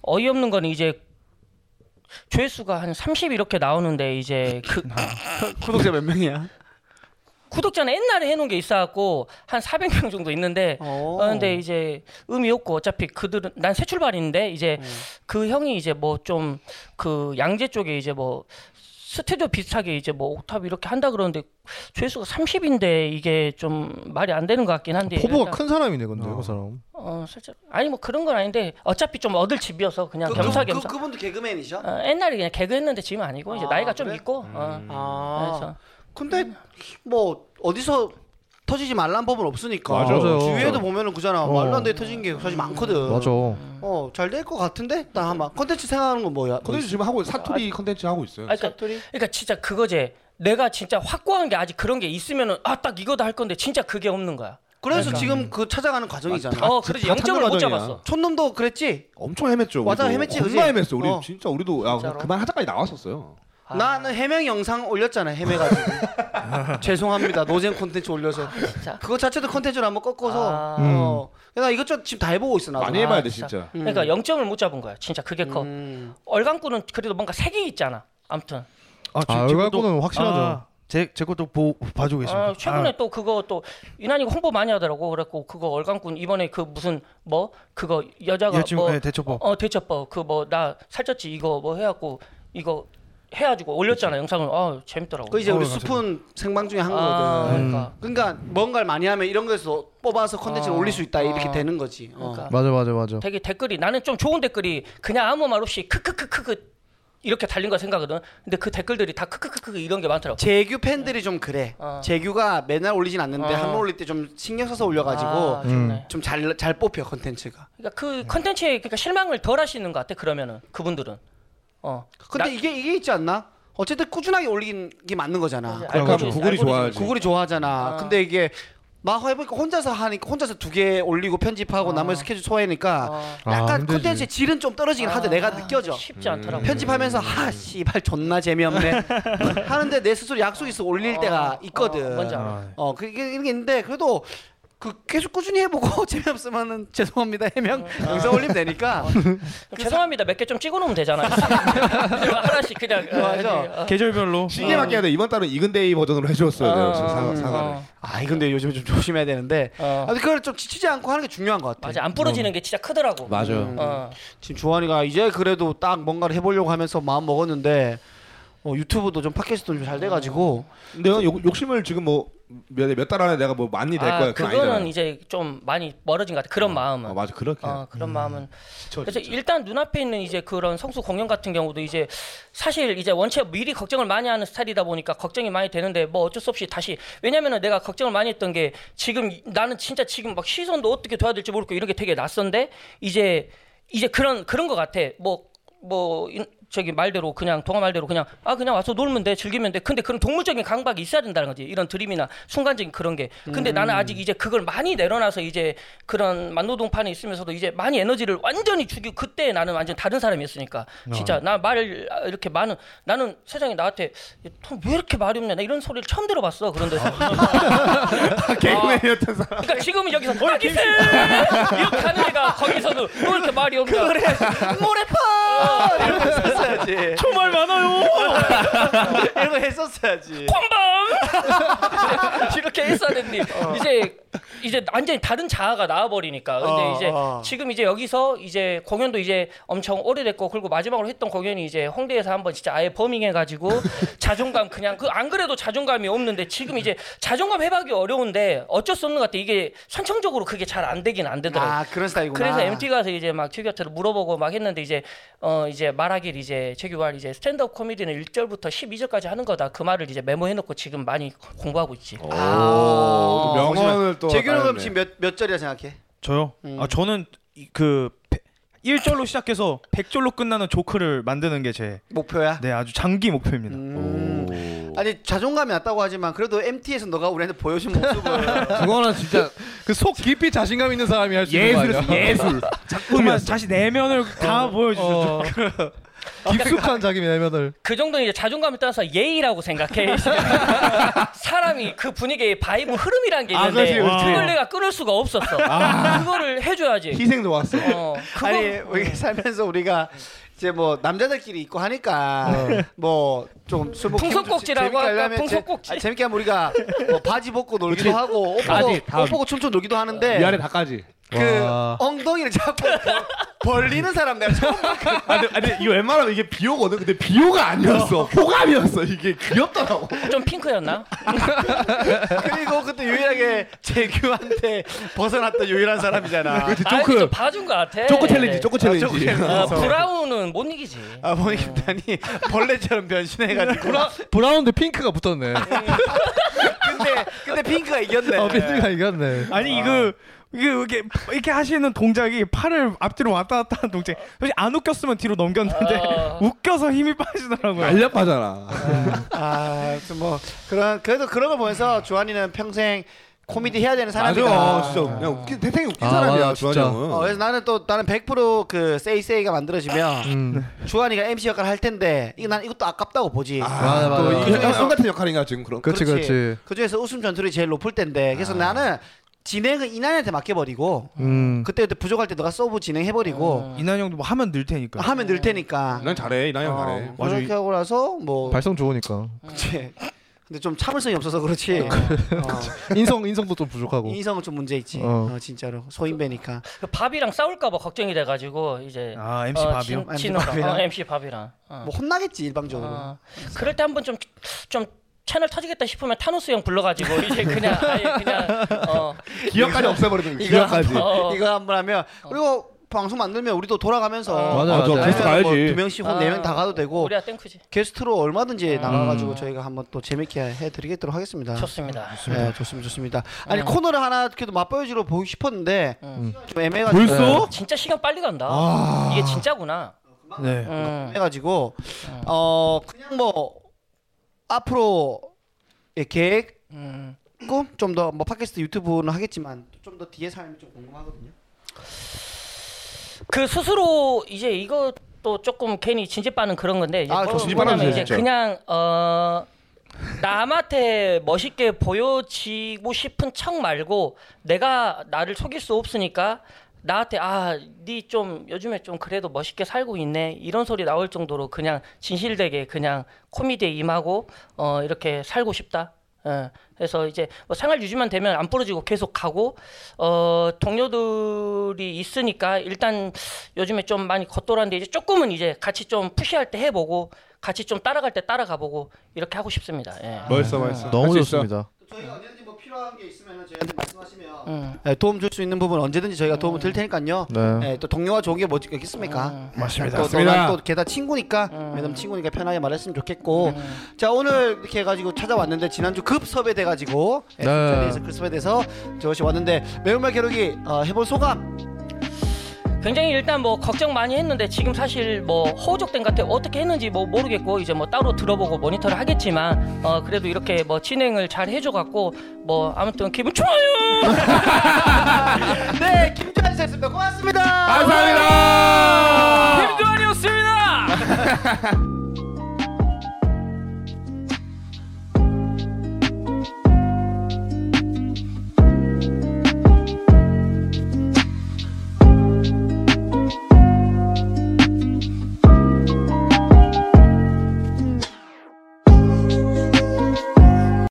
Speaker 5: 어이없는 거는 이제 조회수가 한 30 이렇게 나오는데 이제 그
Speaker 1: 구독자 몇 명이야?
Speaker 5: 구독자는 옛날에 해놓은 게 있어갖고 한 400명 정도 있는데
Speaker 1: 어.
Speaker 5: 어, 근데 이제 의미 없고 어차피 그들은 난 새 출발인데 이제 그 형이 이제 뭐 좀 그 양재 쪽에 이제 뭐 스튜디오 비슷하게 이제 뭐 옥탑 이렇게 한다 그러는데 조회수가 30인데 이게 좀 말이 안 되는 것 같긴 한데
Speaker 2: 아, 포부가
Speaker 5: 일단-
Speaker 2: 큰 사람이네 근데
Speaker 3: 어.
Speaker 2: 그 사람.
Speaker 5: 어 살짝 아니 뭐 그런 건 아닌데 어차피 좀 얻을 집이어서 그냥
Speaker 1: 그,
Speaker 5: 겸사겸사
Speaker 1: 그, 분도 개그맨이셔?
Speaker 5: 어, 옛날에 그냥 개그했는데 지금 아니고 이제
Speaker 1: 아,
Speaker 5: 나이가 좀
Speaker 1: 그래?
Speaker 5: 있고 어.
Speaker 1: 아.
Speaker 5: 그래서
Speaker 1: 근데 뭐 어디서 터지지 말란 법은 없으니까.
Speaker 2: 맞아. 맞아요.
Speaker 1: 주위에도 보면은 그잖아.
Speaker 2: 어.
Speaker 1: 말도 안 되게 터진 게 사실 많거든.
Speaker 2: 맞아.
Speaker 1: 어, 잘 될 것 같은데? 나 아마 컨텐츠 생각하는 건 뭐야?
Speaker 3: 컨텐츠 지금 하고 사투리 컨텐츠 하고 있어요.
Speaker 5: 아, 그러니까
Speaker 1: 사투리?
Speaker 5: 그러니까 진짜 그거지. 내가 진짜 확고한 게 아직 그런 게 있으면은 아 딱 이거다 할 건데 진짜 그게 없는 거야.
Speaker 1: 그래서 지금 그 찾아가는 과정이잖아.
Speaker 5: 어, 그래지
Speaker 3: 다 찾는
Speaker 5: 영점을 못
Speaker 3: 과정이야.
Speaker 5: 잡았어.
Speaker 1: 촌놈도 그랬지?
Speaker 3: 엄청 헤맸죠.
Speaker 1: 맞아,
Speaker 3: 우리도.
Speaker 1: 헤맸지,
Speaker 3: 겁나
Speaker 1: 그지?
Speaker 3: 헤맸어. 우리
Speaker 1: 어.
Speaker 3: 진짜 우리도 야
Speaker 5: 진짜로?
Speaker 3: 그만 하자까지 나왔었어요.
Speaker 5: 아.
Speaker 1: 나는 해명 영상 올렸잖아 해매가지고 죄송합니다 노잼 콘텐츠 올려서
Speaker 5: 진짜.
Speaker 1: 그거 자체도 콘텐츠를 한번 꺾어서
Speaker 5: 아.
Speaker 1: 어.
Speaker 2: 음.
Speaker 1: 나 이것저것 지금 다 해보고 있어 나도
Speaker 3: 많이
Speaker 5: 해-
Speaker 3: 해봐야
Speaker 5: 아,
Speaker 3: 돼
Speaker 5: 진짜.
Speaker 3: 진짜.
Speaker 5: 그러니까 영점을 못 잡은 거야. 진짜 그게 커.
Speaker 1: 음.
Speaker 5: 얼간꾼은 그래도 뭔가 색이 있잖아. 아무튼
Speaker 2: 아,
Speaker 6: 제
Speaker 2: 얼굴
Speaker 6: 것도-
Speaker 2: 갖고는 확실하죠.
Speaker 6: 아, 제제 것도 보, 봐주고 계십니다.
Speaker 5: 아, 최근에 또 그거 또 유난히 홍보 많이 하더라고. 그랬고 그거 얼간꾼 이번에 그 무슨 뭐 그거
Speaker 6: 아,
Speaker 5: 여자가
Speaker 6: 여친
Speaker 5: 뭐
Speaker 6: 네, 대처법.
Speaker 5: 어 대처법 그 뭐 나 살쪘지 이거 뭐 해갖고 이거 해가지고 올렸잖아 영상을. 아 재밌더라고.
Speaker 1: 그 이제
Speaker 6: 어,
Speaker 1: 우리
Speaker 6: 맞아.
Speaker 1: 수푼 생방 중에 한
Speaker 5: 아,
Speaker 1: 거거든
Speaker 5: 그러니까.
Speaker 1: 그러니까 뭔가를 많이 하면 이런 거에서 뽑아서 콘텐츠를
Speaker 5: 어.
Speaker 1: 올릴 수 있다 이렇게
Speaker 5: 어.
Speaker 1: 되는 거지 어.
Speaker 5: 그러니까
Speaker 2: 맞아 맞아 맞아.
Speaker 5: 되게 댓글이 나는 좀 좋은 댓글이 그냥 아무 말 없이 크크크크크 이렇게 달린 거 생각하거든. 근데 그 댓글들이 다 크크크크 이런 게 많더라고.
Speaker 1: 재규 팬들이 좀 그래
Speaker 5: 어.
Speaker 1: 재규가 맨날 올리진 않는데
Speaker 5: 어.
Speaker 1: 한 번 올릴 때 좀 신경 써서 올려가지고
Speaker 5: 아, 좋네.
Speaker 1: 좀 잘 잘 뽑혀 콘텐츠가
Speaker 5: 그러니까
Speaker 3: 음.
Speaker 5: 그 컨텐츠에 그러니까 실망을 덜 하시는 것 같아. 그러면은 그분들은. 어.
Speaker 1: 근데
Speaker 5: 나-
Speaker 1: 이게 이게 있지 않나? 어쨌든 꾸준하게 올린 게 맞는 거잖아.
Speaker 5: 이제
Speaker 3: 그러니까
Speaker 5: 알고리즘,
Speaker 3: 구글이
Speaker 5: 알고리즘.
Speaker 3: 좋아하지.
Speaker 1: 구글이 좋아하잖아.
Speaker 5: 아.
Speaker 1: 근데 이게 막 해보니까 혼자서 하니까 혼자서 두 개 올리고 편집하고 나머지 스케줄 소화하니까
Speaker 5: 어.
Speaker 2: 아,
Speaker 1: 약간
Speaker 2: 힘들지.
Speaker 1: 콘텐츠의 질은 좀 떨어지긴 하대 내가
Speaker 5: 아,
Speaker 1: 느껴져.
Speaker 5: 쉽지
Speaker 3: 음.
Speaker 5: 않더라고.
Speaker 1: 편집하면서 하 씨발 존나 재미없네 하는데 내 스스로 약속 있어 올릴
Speaker 5: 어,
Speaker 1: 때가
Speaker 5: 어,
Speaker 1: 있거든.
Speaker 5: 뭔지 알아.
Speaker 6: 아,
Speaker 1: 어 그게 이런 게 있는데 그래도 그 계속 꾸준히 해보고 재미없으면은 죄송합니다 해명 영상 올리면 되니까
Speaker 5: 죄송합니다. 몇 개 좀 찍어 놓으면 되잖아요. 하나씩 그냥 어,
Speaker 1: 맞아.
Speaker 5: 이렇게, 어.
Speaker 6: 예. 계절별로
Speaker 3: 시계 맞게 해야 음. 돼. 이번 달은 이근데이 버전으로 해줬어요. 내가 지금 사과 사과를.
Speaker 5: 어,
Speaker 1: 아 근데 요즘 좀 조심해야 되는데
Speaker 5: 어.
Speaker 1: 아, 그걸 좀 지치지 않고 하는 게 중요한 것 같아.
Speaker 5: 맞아. 안 부러지는 게 진짜 크더라고.
Speaker 3: 음. 맞아요.
Speaker 5: 어.
Speaker 1: 지금 주환이가 이제 그래도 딱 뭔가를 해보려고 하면서 마음 먹었는데 어, 유튜브도 좀 팟캐스트도 좀 잘 돼가지고
Speaker 3: 근데 형 욕, 욕심을 지금 뭐몇달 안에 내가 뭐 많이 될 거야. 그건
Speaker 5: 그거는
Speaker 3: 아니잖아.
Speaker 5: 이제 좀 많이 멀어진 것 같아. 그런 마음은.
Speaker 3: 어, 맞아 그렇게.
Speaker 5: 어, 그런 마음은.
Speaker 3: 저-
Speaker 5: 그래서 일단 눈앞에 있는 이제 그런 성수 공연 같은 경우도 이제 사실 이제 원체 미리 걱정을 많이 하는 스타일이다 보니까 걱정이 많이 되는데 뭐 어쩔 수 없이 다시 왜냐면은 내가 걱정을 많이 했던 게 지금 이- 나는 진짜 지금 막 시선도 어떻게 둬야 될지 모르고 이런 게 되게 낯선데 이제 이제 그런 그런 것 같아. 뭐 뭐 저기 말대로 그냥 동아 말대로 그냥 아 그냥 와서 놀면 돼 즐기면 돼 근데 그런 동물적인 강박이 있어야 된다는 거지 이런 드림이나 순간적인 그런 게 근데
Speaker 3: 음.
Speaker 5: 나는 아직 이제 그걸 많이 내려놔서 이제 그런 만노동판에 있으면서도 이제 많이 에너지를 완전히 죽이고 그때 나는 완전 다른 사람이었으니까 진짜 나 말을 이렇게 많은 나는 세상에 나한테 넌왜 이렇게 말이 없냐 나 이런 소리를 처음 들어봤어 그런데
Speaker 3: 아, 개그맨이었던 사람.
Speaker 5: 그러니까 지금은 여기서 아기스 이렇게 하는 애가 거기서도 왜 이렇게 말이 없냐 어.
Speaker 1: 모래파 이러고 있었어야지
Speaker 6: 정말 많아요.
Speaker 1: 이런 거 했었어야지.
Speaker 5: 이렇게 했어야 되니 이제 이제 완전히 다른 자아가 나와버리니까 근데
Speaker 1: 어,
Speaker 5: 이제
Speaker 1: 어.
Speaker 5: 지금 이제 여기서 이제 공연도 이제 엄청 오래됐고 그리고 마지막으로 했던 공연이 이제 홍대에서 한번 진짜 아예 버밍해가지고 자존감 그냥 그 안 그래도 자존감이 없는데 지금 이제 자존감 회복이 어려운데 어쩔 수 없는 것 같아 이게 선천적으로 그게 잘 안 되긴 안 되더라고.
Speaker 1: 아 그런 스타일이구나.
Speaker 5: 그래서 MT 가서 이제 막 최규한테도 물어보고 막 했는데 이제 어 이제 말하길 이제 최규가 이제 스탠드업 코미디는 1절부터 12절까지 하는 거다 그 말을 이제 메모해놓고 지금 많이 공부하고 있지.
Speaker 1: 아.
Speaker 3: 명언을 또
Speaker 1: 재규는 그럼
Speaker 3: 따였네.
Speaker 1: 지금 몇 몇 절이라 생각해?
Speaker 6: 저요? 아 저는 이- 그 1절로 시작해서 100절로 끝나는 조크를 만드는 게 제 네
Speaker 1: 목표야.
Speaker 6: 아주 장기 목표입니다.
Speaker 1: 음. 아니 자존감이 낮다고 하지만 그래도 MT에서 너가 우리한테 보여준 모습을
Speaker 2: 그거는 진짜 그 속 깊이 자신감 있는 사람이 할 수 있는 거 아니야?
Speaker 6: 예술 정말 자신 내면을 다
Speaker 2: 어.
Speaker 6: 보여주죠.
Speaker 2: 깊숙한 자기 내면을
Speaker 5: 그 정도는 이제 자존감을 따라서 예의라고 생각해. 사람이 그 분위기의 바이브 흐름이란 게
Speaker 3: 아,
Speaker 5: 있는데
Speaker 3: 그렇지, 아. 그렇지.
Speaker 6: 어.
Speaker 5: 그걸 내가 끊을 수가 없었어. 그거를
Speaker 2: 네.
Speaker 5: 해줘야지.
Speaker 3: 희생 좋았어.
Speaker 5: 어, 그거
Speaker 1: 아니 우리 살면서 우리가 이제 뭐 남자들끼리 있고 하니까 뭐좀술 먹고
Speaker 5: 네. 풍선꼭지라고
Speaker 1: 재밌게
Speaker 5: 할까?
Speaker 1: 하려면 재-
Speaker 5: 풍선꼭지.
Speaker 1: 아, 재밌게 하면 우리가 뭐 바지 벗고 놀기도 하고 옷
Speaker 3: 바지,
Speaker 1: 벗고
Speaker 3: 다음. 아,
Speaker 1: 옷 벗고 춤추고 놀기도 하는데
Speaker 3: 이 안에 다까지.
Speaker 1: 그
Speaker 2: 와.
Speaker 1: 엉덩이를 잡고 벌- 벌리는 사람 내가 처음
Speaker 3: 아니, 아니 이거 웬만하면 이게 비호거든. 근데 비호가 아니었어. 호감이었어. 이게 귀엽더라고.
Speaker 5: 좀 핑크였나?
Speaker 1: 그리고 그때 유일하게 재규한테 벗어났던 유일한 사람이잖아.
Speaker 5: 아니, 좀 봐준 것 같아.
Speaker 3: 초코 그 챌린지, 네. 초코 챌린지.
Speaker 5: 어, 브라운은 못 이기지.
Speaker 1: 아 보니까니 벌레처럼 변신해가지고.
Speaker 2: 브라운데 핑크가 붙었네.
Speaker 1: 근데 근데 핑크가 이겼네.
Speaker 2: 어, 핑크가 이겼네.
Speaker 6: 아니 이거 이게 이렇게 이렇게 하시는 동작이 팔을 앞뒤로 왔다 갔다 하는 동작. 사실 안 웃겼으면 뒤로 넘겼는데
Speaker 5: 아.
Speaker 6: 웃겨서 힘이 빠지더라고요.
Speaker 3: 알려빠잖아.
Speaker 1: 아무튼 뭐 그런 그래도 그런 걸 보면서 주한이는 평생 코미디 해야 되는 사람이다.
Speaker 3: 맞아. 진짜 그냥 웃긴 태생이 웃긴
Speaker 2: 아,
Speaker 3: 사람이야.
Speaker 2: 맞아,
Speaker 3: 주환이
Speaker 2: 진짜.
Speaker 1: 어,
Speaker 3: 형은.
Speaker 1: 그래서 나는 또 나는 100%그 세이세이가 만들어지면
Speaker 2: 음.
Speaker 1: 주한이가 MC 역할을 할 텐데 이거 난 이것도 아깝다고 보지.
Speaker 2: 맞아, 맞아.
Speaker 3: 또
Speaker 2: 그래서-
Speaker 3: 이형 같은 역할인가 지금 그런.
Speaker 2: 그렇지
Speaker 1: 그렇지.
Speaker 2: 그렇지.
Speaker 1: 그 중에서 웃음 전투이 제일 높을 텐데 그래서 나는 진행을 이난이한테 맡겨버리고
Speaker 2: 음.
Speaker 1: 그때 그때 부족할 때 너가 서브
Speaker 2: 어.
Speaker 1: 진행해버리고
Speaker 6: 이난 형도 뭐 하면 늘 테니까.
Speaker 1: 하면 늘 테니까.
Speaker 3: 난 잘해. 이나이 형 잘해.
Speaker 1: 어, 그렇게 하고 나서 뭐
Speaker 2: 발성 좋으니까
Speaker 1: 그치. 근데 좀 참을성이 없어서 그렇지. 어,
Speaker 2: 인성 인성도 좀 부족하고.
Speaker 1: 인성은 좀 문제 있지.
Speaker 2: 어.
Speaker 1: 어, 진짜로 소인배니까.
Speaker 5: 그 밥이랑 싸울까봐 걱정이 돼가지고 이제
Speaker 6: 아 MC
Speaker 5: 어,
Speaker 6: 밥이요?
Speaker 5: 진-
Speaker 1: MC
Speaker 5: 진우랑,
Speaker 1: 밥이랑?
Speaker 5: 어, MC 밥이랑. 어.
Speaker 1: 뭐 혼나겠지 일방적으로.
Speaker 5: 어. 그럴 때 한번 좀 좀 채널 터지겠다 싶으면 타노스 형 불러가지고 이제 그냥 아예 그냥 어,
Speaker 3: 기억까지 없애버리는 거.
Speaker 1: 이거
Speaker 3: 기억까지.
Speaker 5: 어, 어.
Speaker 1: 이거 한번 하면 그리고 방송 만들면 우리도 돌아가면서
Speaker 5: 어.
Speaker 2: 맞아, 맞아.
Speaker 1: 아니면
Speaker 3: 게스트
Speaker 1: 뭐
Speaker 3: 가야지.
Speaker 1: 두 명씩
Speaker 5: 아.
Speaker 1: 혹네 명 다 가도
Speaker 6: 뭐.
Speaker 1: 되고
Speaker 5: 우리가 땡크지.
Speaker 1: 게스트로 얼마든지 나가가지고 저희가 한번 또 재밌게 해드리겠도록 하겠습니다.
Speaker 5: 좋습니다.
Speaker 1: 네, 좋습니다, 좋습니다. 아니
Speaker 5: 음.
Speaker 1: 코너를 하나 그래도 맛보여주러 보고 싶었는데
Speaker 5: 음.
Speaker 1: 좀 애매해가지고 네.
Speaker 6: 벌써?
Speaker 5: 진짜 시간 빨리 간다.
Speaker 6: 아.
Speaker 5: 이게 진짜구나.
Speaker 6: 네.
Speaker 5: 음.
Speaker 1: 해가지고 어 그냥 뭐 앞으로 의 계획
Speaker 5: 음.
Speaker 1: 꿈 좀 더 뭐 팟캐스트 유튜브는 하겠지만 좀 더 뒤에 삶이 좀 궁금하거든요.
Speaker 5: 그 스스로 이제 이거 또 조금 괜히 진지 빠는 그런 건데 이제
Speaker 1: 아,
Speaker 5: 뭐-
Speaker 1: 저
Speaker 3: 진지
Speaker 5: 뭐냐면
Speaker 3: 빠는
Speaker 5: 이제
Speaker 3: 진짜.
Speaker 5: 그냥 어 남한테 멋있게 보여지고 싶은 척 말고 내가 나를 속일 수 없으니까 나한테 아 니 좀 요즘에 좀 그래도 멋있게 살고 있네 이런 소리 나올 정도로 그냥 진실되게 그냥 코미디에 임하고 어 이렇게 살고 싶다. 예. 그래서 이제 뭐 생활 유지만 되면 안 부러지고 계속 가고 어 동료들이 있으니까 일단 요즘에 좀 많이 겉돌았는데 이제 조금은 이제 같이 좀 푸시할 때 해보고 같이 좀 따라갈 때 따라가보고 이렇게 하고 싶습니다. 예.
Speaker 3: 멋있어 멋있어.
Speaker 2: 너무
Speaker 3: 할수 있어.
Speaker 2: 좋습니다.
Speaker 1: 저희가 언제든지 뭐 필요한 게 있으면 저희한테 말씀하시면
Speaker 5: 음.
Speaker 1: 네, 도움 줄 수 있는 부분 언제든지 저희가 도움을 드릴 테니까요.
Speaker 2: 네.
Speaker 1: 네, 또 동료와 좋은 게 뭐지 있겠습니까? 예,
Speaker 6: 맞습니다.
Speaker 1: 또, 또, 난 또, 게다 친구니까, 왜냐면 친구니까 편하게 말했으면 좋겠고. 자, 오늘 이렇게 해가지고 찾아왔는데, 지난주 급 섭외돼가지고, 예,
Speaker 2: 네.
Speaker 1: 자리에서 급 섭외돼서 저것이 왔는데, 매운말 겨루기 어, 해볼 소감.
Speaker 5: 굉장히 일단 뭐 걱정 많이 했는데 지금 사실 뭐 허우적된 것 같아 어떻게 했는지 뭐 모르겠고 이제 뭐 따로 들어보고 모니터를 하겠지만 어 그래도 이렇게 뭐 진행을 잘 해줘갖고 뭐 아무튼 기분 좋아요.
Speaker 1: 네, 김주환
Speaker 6: 아,
Speaker 1: 씨였습니다. 고맙습니다.
Speaker 3: 감사합니다.
Speaker 5: 기분 좋아요였습니다.